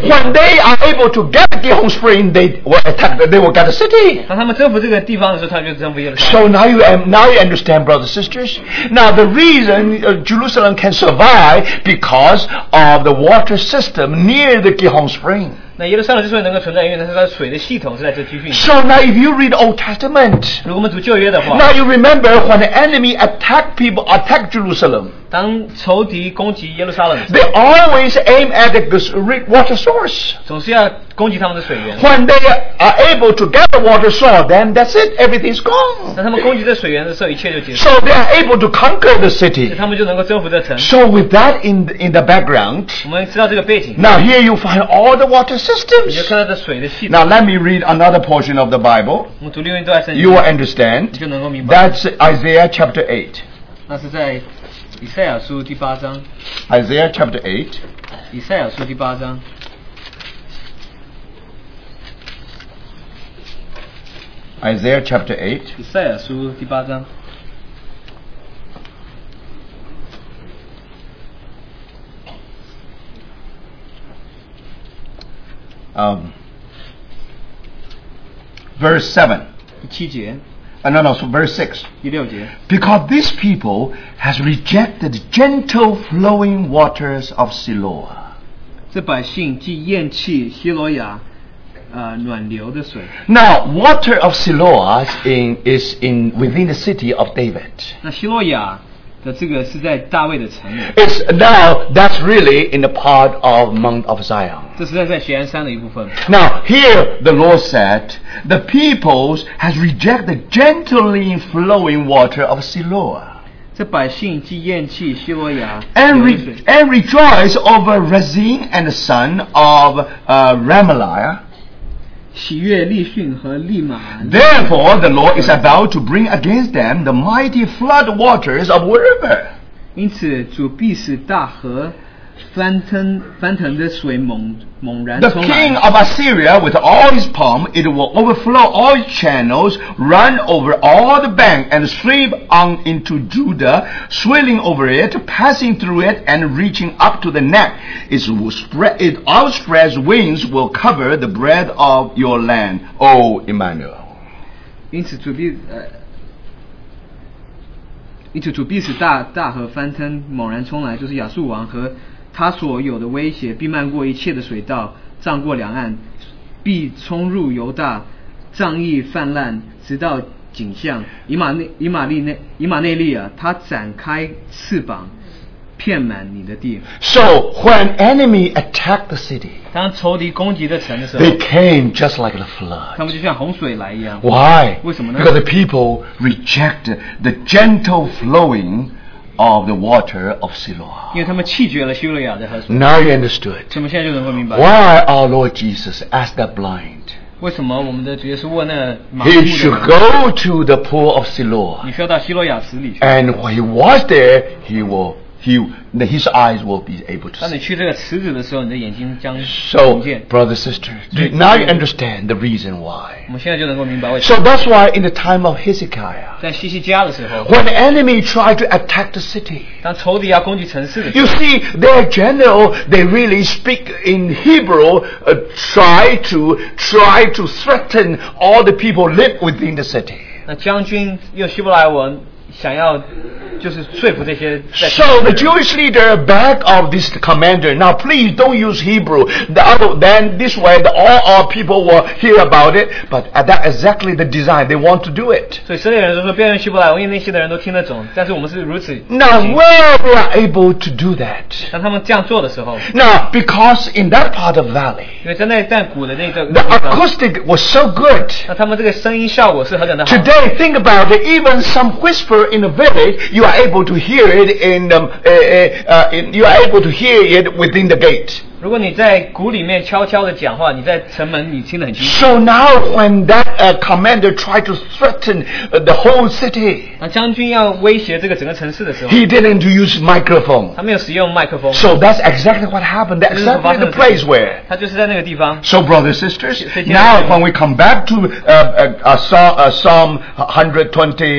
S1: Because
S2: 这个地方
S1: when they are able to get Gihon Spring, they will attack, they will get the city.
S2: 当他们征服这个地方的时候，他们就征服耶路撒
S1: So
S2: 冷。
S1: now you, um, now you understand, brothers and sisters. Now the reason uh, Jerusalem can survive because of the water system near the Gihon Spring.
S2: 那耶路撒冷之所以能够存在，因为它是它的水的系统是在这集训。
S1: So now if you read Old Testament,
S2: 如果我们读旧约的话，
S1: now you remember when the enemy attacked people, attacked Jerusalem,
S2: 当仇敌攻击耶路撒冷的时
S1: they always aim at the gus- re- water source.
S2: 候，总是要
S4: 攻击他们的水源。
S1: When they are able to gather water, so then that's it, everything's gone.
S4: 那他们攻击这水源的时候，一切就结束，
S1: So they are able to conquer the city.
S4: 他们就能够征服这城。
S1: So with that in the, in the background,
S4: 我们知道这个背景，
S1: now here you find all the water
S4: 你就
S1: systems.
S4: 看到这水的系统。
S1: Now let me read another portion of the Bible.
S4: 我们读六一段圣
S1: You
S4: 经，
S1: will
S4: 你
S1: understand.
S4: 就能够明白。
S1: That's Isaiah chapter 8.
S4: 那是在以赛亚书第八章，
S1: Isaiah chapter 8.
S4: 以赛亚书第八章，
S1: Isaiah chapter 8.
S4: 以赛亚书第八章。
S1: um, verse 7.
S4: 第七节、
S1: Uh, no, no, so verse 6.
S4: 第六节，
S1: Because this people has rejected the gentle flowing waters of Siloah.
S2: 这百姓既厌弃希罗亚，呃，暖流的水。
S1: Now, water of Siloah is in, is in within the city of David.
S2: 那希罗亚的这个是在大卫的城里，
S1: It's now that's really in the part of Mount of Zion.
S4: 这实在是在悬崖山的一部分。
S1: Now here the Lord said, the peoples has rejected the gently flowing water of Siloah.
S2: 这百姓既厌弃希罗亚
S1: and,
S2: 流的
S1: re-
S2: 水，
S1: and rejoice over Razin and the son of uh, Ramaliah.
S2: 喜悦利逊和利玛。
S1: Therefore, the Lord is about to bring against them the mighty flood waters of river.
S2: 因此，主必使大河翻腾翻腾的水猛猛然
S1: The
S2: 冲
S1: king
S2: 来。
S1: of Assyria, with all his pomp, it will overflow all its channels, run over all the bank, and sweep on into Judah, swelling over it, passing through it, and reaching up to the neck. Its, spread, its outspread wings will cover the breadth of your land, O Emmanuel.
S2: 因此，主必呃，因此主必使大大河翻腾猛然冲来，就是亚述王和他所有的威胁，必漫过一切的水道，涨过两岸，必冲入犹大，仗义泛滥，直到景象。以马内以马利内以马内利啊，他展开翅膀，遍满你的地。
S1: So when enemy attacked the city,
S4: 当仇敌攻击这城的时候，
S1: they came just like the
S4: 他
S1: flood.
S4: 们就像洪水来一样。
S1: Why?
S4: 为什么呢？
S1: Because the people rejected the gentle flowing of the water of Siloah.
S4: 因为他们弃绝了希罗亚的河水。
S1: Now you understood.
S4: 我们现在就能够明白，
S1: Why our Lord Jesus asked that blind?
S4: 为什么我们的主耶稣问那盲
S1: He
S4: 目的
S1: should
S4: 人
S1: go to the pool of
S4: 你
S1: Siloah.
S4: 需要到希罗亚池里去。
S1: And when he was there, he will he his eyes will be able
S4: 当
S1: to
S4: 你
S1: see.
S4: 去这个池子的时候，你的眼睛将重
S1: So,
S4: 见。
S1: brother, sister, do- now you understand the reason why.
S4: 我们现在就能够明白为什么
S1: So that's why in the time of Hezekiah,
S4: 在西西家的时候，
S1: When enemy try to attack the city,
S4: 当仇敌要攻击城市的时
S1: you
S4: 候，
S1: see their general they really speak in Hebrew, uh, try to try to threaten all the people live within the city.
S4: 那将军用希伯来文想要就是说服这些在
S1: So the Jewish leader back of this commander. Now please don't use Hebrew. The other, then this way the, all our people will hear about it. But uh, that exactly the design they want to do it.
S4: 所以以色列人都说不要用希伯来文，因为那些的人都听得懂。但是我们是如此，
S1: Now where they are able to do that?
S4: 当他们这样做的时候，
S1: Now because in that part of valley.
S4: 因为在那在鼓的那个地
S1: The
S4: 方，
S1: acoustic was so good.
S4: 那他们这个声音效果是何等的好。
S1: Today, think about it. Even some whisper in the village, you are able to hear it in, um, uh, uh, uh, in you are able to hear it within the gate.
S4: 如果你在鼓里面悄悄的讲话，你在城门你听得很清楚。
S1: So now, when that uh, commander tried to threaten uh, the whole city,
S4: 那将军要威胁这个整个城市的 时候，
S1: he didn't use microphone.
S4: 他没有使用麦克风，
S1: So that's exactly what happened. That's exactly the place where.
S4: 他就是在那个地方。
S1: So, brothers and sisters, now when we come back to uh, uh, uh, Psalm- uh, Psalm 124,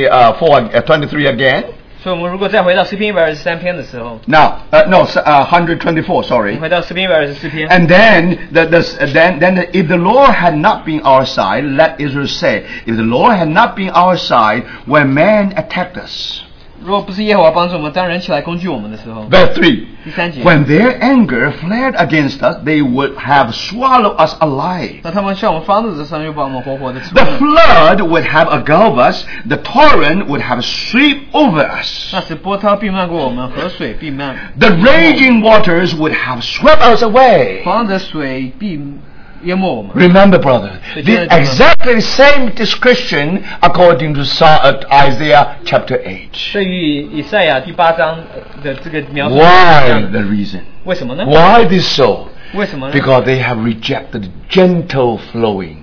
S1: uh, 23 again.
S4: 所以，我们如果再回到诗篇一百二十三篇的时候，
S1: Now, uh, no, s- uh, 124,
S4: 我
S1: sorry.
S4: 们回到诗篇一百二十四篇，
S1: And then, the, the, s- then, then the- if the Lord had not been our side, let Israel say, if the Lord had not been our side, when man attacked us.
S4: 如果不是耶和华帮助我们，当人起来攻击我们的时候，
S1: Verse 3.
S4: 第三节，
S1: When their anger flared against us, they would have swallowed us alive.
S4: 那他们向我们发怒的时候，又把我们活活的吃
S1: The
S4: 了。
S1: flood would have engulfed us, the torrent would have swept over us.
S4: 那时波涛必漫过我们，河水必漫，
S1: The raging waters would have swept us away.
S4: 狂浪的水必
S5: 淹没我们。
S1: Remember, brother,
S5: They
S1: the
S5: can't-
S1: exactly same description according to Sa- uh, Isaiah chapter 8.
S2: 对于以赛亚第八章的这个描述是一样
S1: Why
S2: 的
S1: the reason?
S2: 为什么呢？
S1: Why this so?
S2: 为什么呢？
S1: Because they have rejected the gentle flowing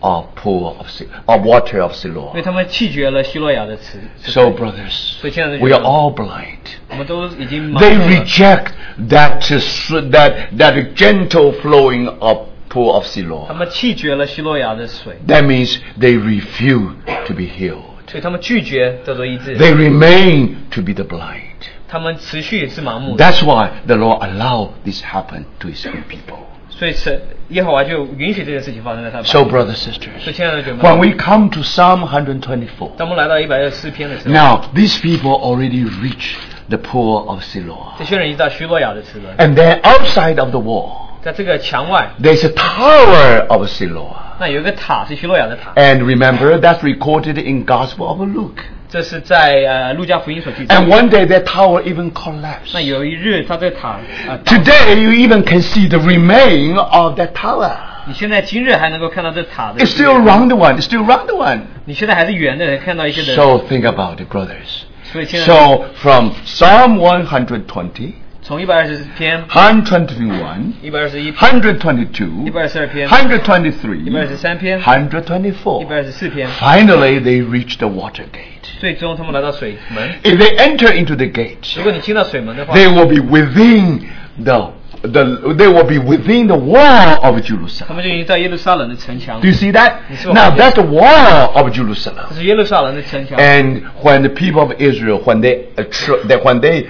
S1: of pool of, Si- of water of
S2: 因为
S1: Siloam.
S2: 他们弃绝了希洛亚的词，
S1: So, brothers,
S2: 所以亲爱的弟兄
S1: we are all blind.
S2: 我们都已经盲
S1: They
S2: 目了
S1: reject that s- that that gentle flowing of pool of
S2: 他
S1: Siloam.
S2: 们弃绝了希洛亚的水，
S1: That means they refuse to be healed.
S2: 所以他们拒绝得着医治，
S1: They remain to be the blind.
S2: 他们持续是盲目的，
S1: That's why the Lord allowed this happen to His own people.
S2: 所以神耶和华就允许这件事情发生在他们。
S1: So, brothers
S2: 所以
S1: sisters,
S2: 亲爱的姐妹
S1: when
S2: 们，
S1: we come to Psalm 124,
S2: 当我们来到一百二十四篇的时候，
S1: now these people already reached the pool of Siloam,
S2: 这些人已经到希洛亚的池了，
S1: and then outside of the wall
S2: 在这个墙外，
S1: there's a tower of Siloam.
S2: 那有一个塔是希洛亚的塔，
S1: And remember, that's recorded in Gospel of Luke.
S2: 这是在呃路加福音所记载
S1: And。one day that tower even collapsed.
S2: 那有一日，他这个塔啊、
S1: Today you even can see the remain of that tower.
S2: 你现在今日还能够看到这塔的
S1: It's still round one. It's still round one.
S2: 你现在还是圆的，能看到一些人。
S1: So think about it, brothers.
S2: 所以现在
S1: So from Psalm 120,
S2: 从一百二十篇、
S1: 121,
S2: 一百二十一、一
S1: 122,
S2: 百二十二篇、一百二
S1: 123,
S2: 十三篇、一百
S1: 124.
S2: 二十四篇，
S1: Finally, they reach the water gate.
S2: 最终他们来到水门。
S1: If they enter into the gate,
S2: 如果你进到水门的话，
S1: they will be within the, the they will be within the wall of
S2: 他
S1: Jerusalem.
S2: 们就已经在耶路撒冷的城墙
S1: Do。you see that?
S2: Yes, sir.
S1: Now that's the wall of
S2: 这
S1: Jerusalem.
S2: 是耶路撒冷的城墙。
S1: And when the people of Israel, when they, uh, tr- that when they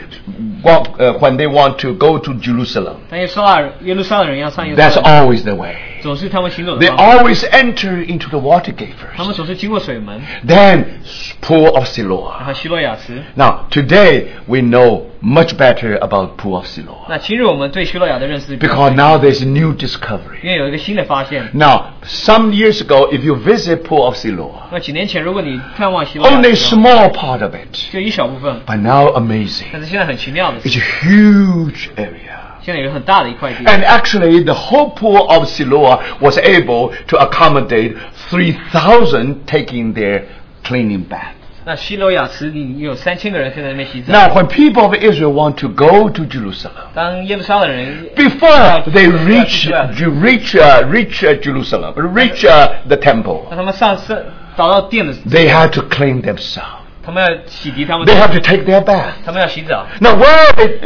S1: want, uh, when they want to go to Jerusalem,
S2: 但耶路撒冷耶路撒冷人要上耶路撒
S1: that's
S2: 冷，
S1: always the way.
S2: 总是他们行走
S1: They
S2: 的方式，
S1: always enter into the water gate
S2: 他
S1: first,
S2: 们总是经过水门，
S1: then pool of
S2: 然
S1: Siloam.
S2: 后希洛亚池。
S1: Now today we know much better about pool of Siloam
S2: 那今日我们对希洛亚的认识是比较少，
S1: because now there's a new discovery.
S2: 因为有一个新的发现。
S1: Now, some years ago, if you visit Pool of Siloam,
S2: 那几年前，如果你探望希洛亚
S1: only
S2: 的
S1: a
S2: 时候，
S1: small part of it,
S2: 就一小部分，
S1: but now
S2: 但
S1: amazing.
S2: 是现在很奇妙的是
S1: It's，a huge area.
S2: 现在有很大的一块地。
S1: And actually, the whole pool of Siloam was able to accommodate 3,000 taking their cleaning bath.
S2: 那希罗亚池里有三千个人可以在那边洗澡。
S1: Now, when people of Israel want to go to Jerusalem,
S2: 当耶路撒冷人
S1: before they reach, Ju- reach, uh, reach uh, Jerusalem, reach uh, the
S2: 让
S1: temple,
S2: 他们上山找到殿的，
S1: they had to clean themselves.
S2: 他们要洗涤他们
S1: They，have to take their bath.
S2: 他们要洗澡。
S1: Now where it,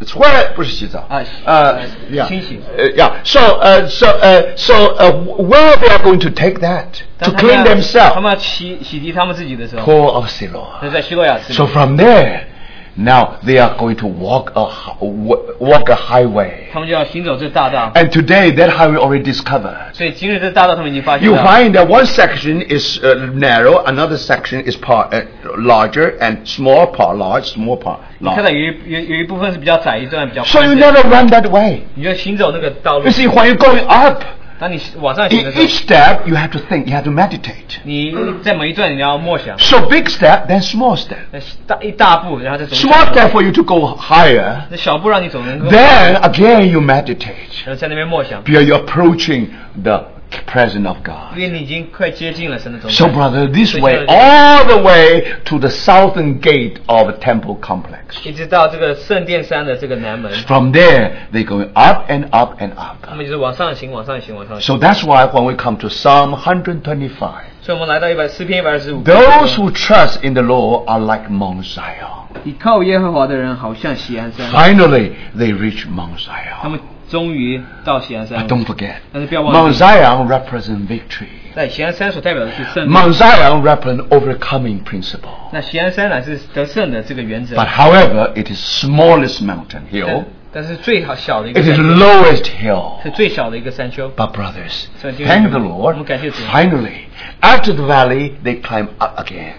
S1: it's where 不是洗澡
S2: 啊
S1: uh, yeah,
S2: 清洗
S1: uh, yeah. So uh, so uh, so uh, where they are going to take that
S2: 当
S1: to
S2: 他们
S1: clean
S2: 要他
S1: themselves?
S2: 们要洗洗涤他们自己的时候，
S1: Poor of Siloam.
S2: 那在希罗亚池
S1: So
S2: 里，
S1: from there, now they are going to walk a hi- wa- walk a highway.
S2: 他们就要行走这大道。
S1: And today that highway already discovered.
S2: 所以今日这大道他们已经发现
S1: You
S2: 了，
S1: find that one section is uh, narrow, another section is part uh, larger, and small part large, small part
S2: 看到
S1: large.
S2: 有一有有一部分是比较窄，一段比较
S1: So
S2: 宽
S1: you
S2: 的，
S1: never run that way.
S2: 你就行走那个道路
S1: You。see, when you're going up,
S2: 当你往上行
S1: In
S2: 的时候
S1: each，step, you have to think, you have to meditate.
S2: 你在每一段你要默想，
S1: So big step, then small step.
S2: 那大一大步，然后再走一小步。
S1: Small step for you to go higher.
S2: 那小步让你走能够，然
S1: Then again, you meditate.
S2: 后在那边默想。
S1: Because you're approaching the presence of
S2: 因
S1: God.
S2: 为你已经快接近了神的同
S1: So,
S2: 在。
S1: brother, this way, all the way to the southern gate of the temple complex.
S2: 一直到这个圣殿山的这个南门，
S1: From there, they go up and up and
S2: 他
S1: up.
S2: 们就是往上行，往上行，往上行。
S1: So that's why when we come to Psalm 125,
S2: 所以我们来到一百四篇一百二十五。
S1: those who trust in the Lord are like Mount Zion.
S5: 倚靠耶和华的人好像喜安
S1: 啊
S5: 山，
S1: Finally, they reach Mount Zion.
S2: 他们终于到喜安山
S1: But，don't forget,
S2: 但是不要忘
S1: Mount
S2: 记，
S1: Zion represents victory.
S2: 在喜安山所代表的是圣殿，
S1: Mount Zion represents overcoming principle.
S2: 那喜安山乃是得胜的这个原则。
S1: But however, it is smallest mountain
S2: 但
S1: hill.
S2: 但是最好小的一个
S1: It is
S2: 山丘，
S1: lowest hill.
S2: 是最小的一个山丘。
S1: But brothers,
S2: 所以弟兄
S1: thank
S2: 姊
S1: the
S2: 妹
S1: Lord.
S2: 我们感谢主，
S1: Finally, after the valley, they climb up again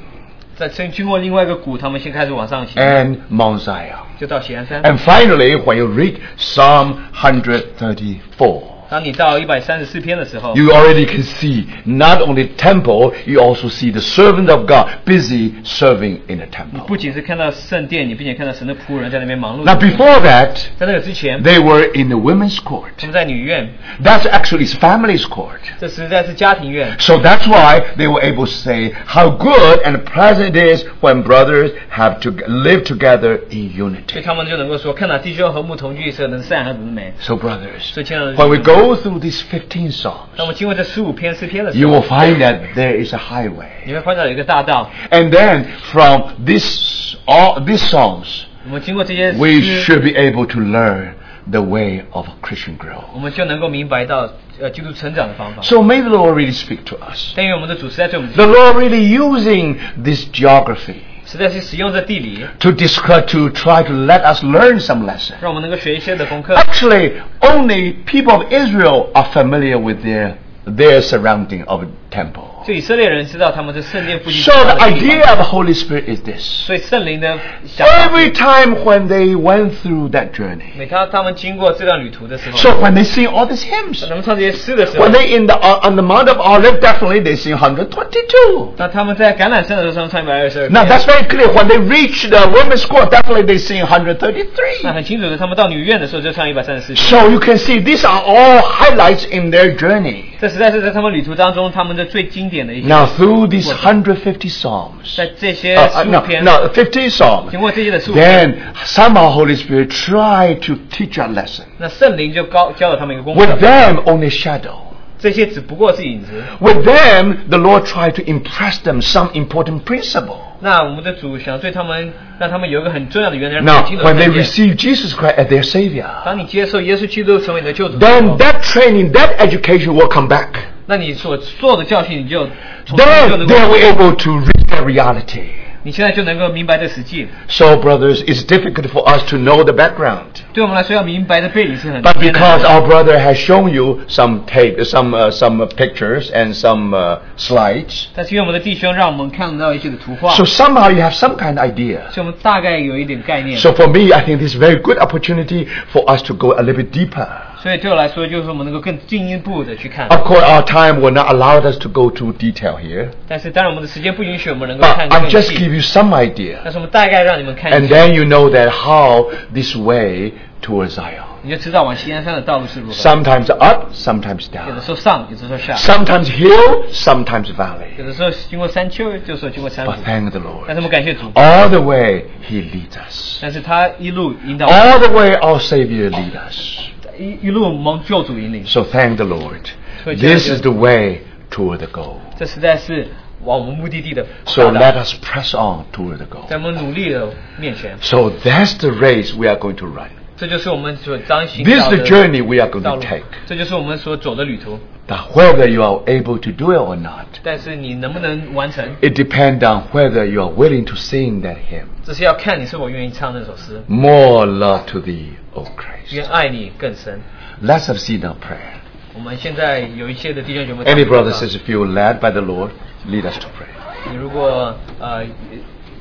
S2: 在经经过另外一个谷，他们先开始往上行，
S1: and Mount Zion. 哎
S2: 就到喜安山。
S1: And finally, when you read Psalm 134,
S2: 当你到一百三十四篇的时候，
S1: you already can see not only temple, you also see the servant of God busy serving in a
S2: 你
S1: temple.
S2: 不仅是看到圣殿，你并且看到神的仆人在那边忙碌。
S1: Now before that,
S2: 在那个之前，
S1: they were in the women's
S2: 他
S1: court.
S2: 们在女院，
S1: That's actually his family's court.
S2: 这实在是家庭院，
S1: So that's why they were able to say how good and pleasant it is when brothers have to live together in
S2: 所以
S1: unity.
S2: 他们就能够说：看哪，弟兄和睦同居，是能善和能美。
S1: So brothers,
S2: 所以，亲爱的弟
S1: when
S2: 兄
S1: we go through these 15 songs,
S2: 那我们经过这十五篇诗篇的时
S1: you
S2: 候，
S1: will find that there is a highway.
S2: 你会看到有一个大道。
S1: And then from this, all these songs,
S2: 我们经过这些
S1: we
S2: 诗，
S1: should be able to learn the way of Christian
S2: 我
S1: growth.
S2: 们就能够明白到呃基督成长的方法。
S1: So may the Lord really speak to us.
S2: 但愿我们的主实在对我们
S1: The Lord really using this geography
S2: 实在是使用这地理，
S1: to describe, to try to let us learn some lesson.
S2: 让我们能够学一些的功课。
S1: Actually, only people of Israel are familiar with their their surrounding of temple.
S2: 就以色列人知道他们在圣殿附近
S1: So
S2: 的地
S1: the
S2: 方。
S1: idea of Holy Spirit is this.
S2: 所以圣灵的想法，
S1: Every time when they went through that journey,
S2: 每当他们经过这段旅途的时候，
S1: so when they sing all these hymns,
S2: 当他们唱这些诗的时候
S1: when，they in the uh, on the Mount of Olive, definitely they sing 122.
S2: 那他们在橄榄山的时候他们唱一百二十二
S1: Now that's very clear. When they reach the women's court, definitely they sing 133.
S2: 那很清楚的，他们到女院的时候就唱一百三十四。
S1: So you can see these are all highlights in their journey.
S2: 这实在是在他们旅途当中，他们的最经典的一些，
S1: Now through these 150 psalms,
S2: 在这些
S1: uh, uh,
S2: 十
S1: no,
S2: 五篇，
S1: no, 50 psalms,
S2: 经过这些的十五篇，
S1: then somehow Holy Spirit tried to teach a lesson.
S2: 那圣灵就高教了他们一个功课
S1: With。them only shadow.
S2: 这些只不过是影子。
S1: With them, the Lord tried to impress them some important principle.
S2: 那我们的主想对他们，让他们有一个很重要的原则，让他
S1: Now,
S2: 们清楚
S1: when they
S2: 看见
S1: receive Jesus Christ as their Savior,
S2: 当你接受耶稣基督成为你的救主的时
S1: then
S2: 候，
S1: that training, that education will come back.
S2: 那你所做的教训，你就从此就
S1: Then
S2: 能
S1: they
S2: 够，
S1: were able to reach the reality.
S2: 你现在就能够明白这实际。
S1: So, brothers, it's difficult for us to know the background.
S2: 对我们来说，要明白的背景是很
S1: But
S2: 艰难
S1: because
S2: 的。
S1: our brother has shown you some tape, some uh, some uh, pictures and some uh, slides,
S2: 但是因为我们的弟兄让我们看到一些的图画，
S1: so
S2: 所
S1: somehow you have some kind of idea.
S2: 以我们大概有一点概念。
S1: So for me, I think this is a very good opportunity for us to go a little bit deeper.
S2: 所以对我来说，就是我们能够更进一步的去看。
S1: Of course, our time will not allow us to go to detail here,
S2: 但是当然，我们的时间不允许我们能够
S1: but
S2: 看更
S1: I'll
S2: 细
S1: 啊 just。give you some idea,
S2: 但是我们大概让你们看一
S1: and
S2: 下，
S1: then you know that how this way towards Zion.
S2: 你就知道往西安山的道路是如何。
S1: Sometimes up, sometimes
S2: 有的
S1: down.
S2: 时候上，有的时候下，
S1: Sometimes hill, sometimes
S2: 有
S1: valley.
S2: 的时候经过山丘，有的时候经过山谷
S1: But。thank 哦 the
S2: 但
S1: Lord.
S2: 是我们感谢主，
S1: All the way He leads us.
S2: 但是他一路引导我们，
S1: All the way our Savior lead us.
S2: 一一路蒙救主引领，
S1: So thank the Lord.
S2: 所以
S1: This
S2: 这
S1: is
S2: 是
S1: the way toward the goal.
S2: 这实在是往我们目的地的
S1: So
S2: 大
S1: let
S2: 道
S1: us press on toward the goal.
S2: 在我们努力的面前，
S1: So that's the race we are going to run.
S2: 这就是我们所彰显
S1: This is
S2: 到的
S1: the journey we are going to
S2: 道路
S1: take.，
S2: 这就是我们所走的旅途。
S1: Now, whether you are able to do it or not,
S2: 但是你能不能完成，
S1: it depends on whether you are willing to sing that hymn.
S2: 这是要看你是否愿意唱那首诗。
S1: More love to thee, O
S2: 愿
S1: Christ.
S2: 爱你更深。
S1: Let's have our prayer.
S2: 我们现在有一些的弟兄姐妹，
S1: Any brother says, if you led by the Lord, lead us to pray.
S2: 你如果呃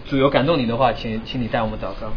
S2: 主有感动你的话，请请你带我们祷告。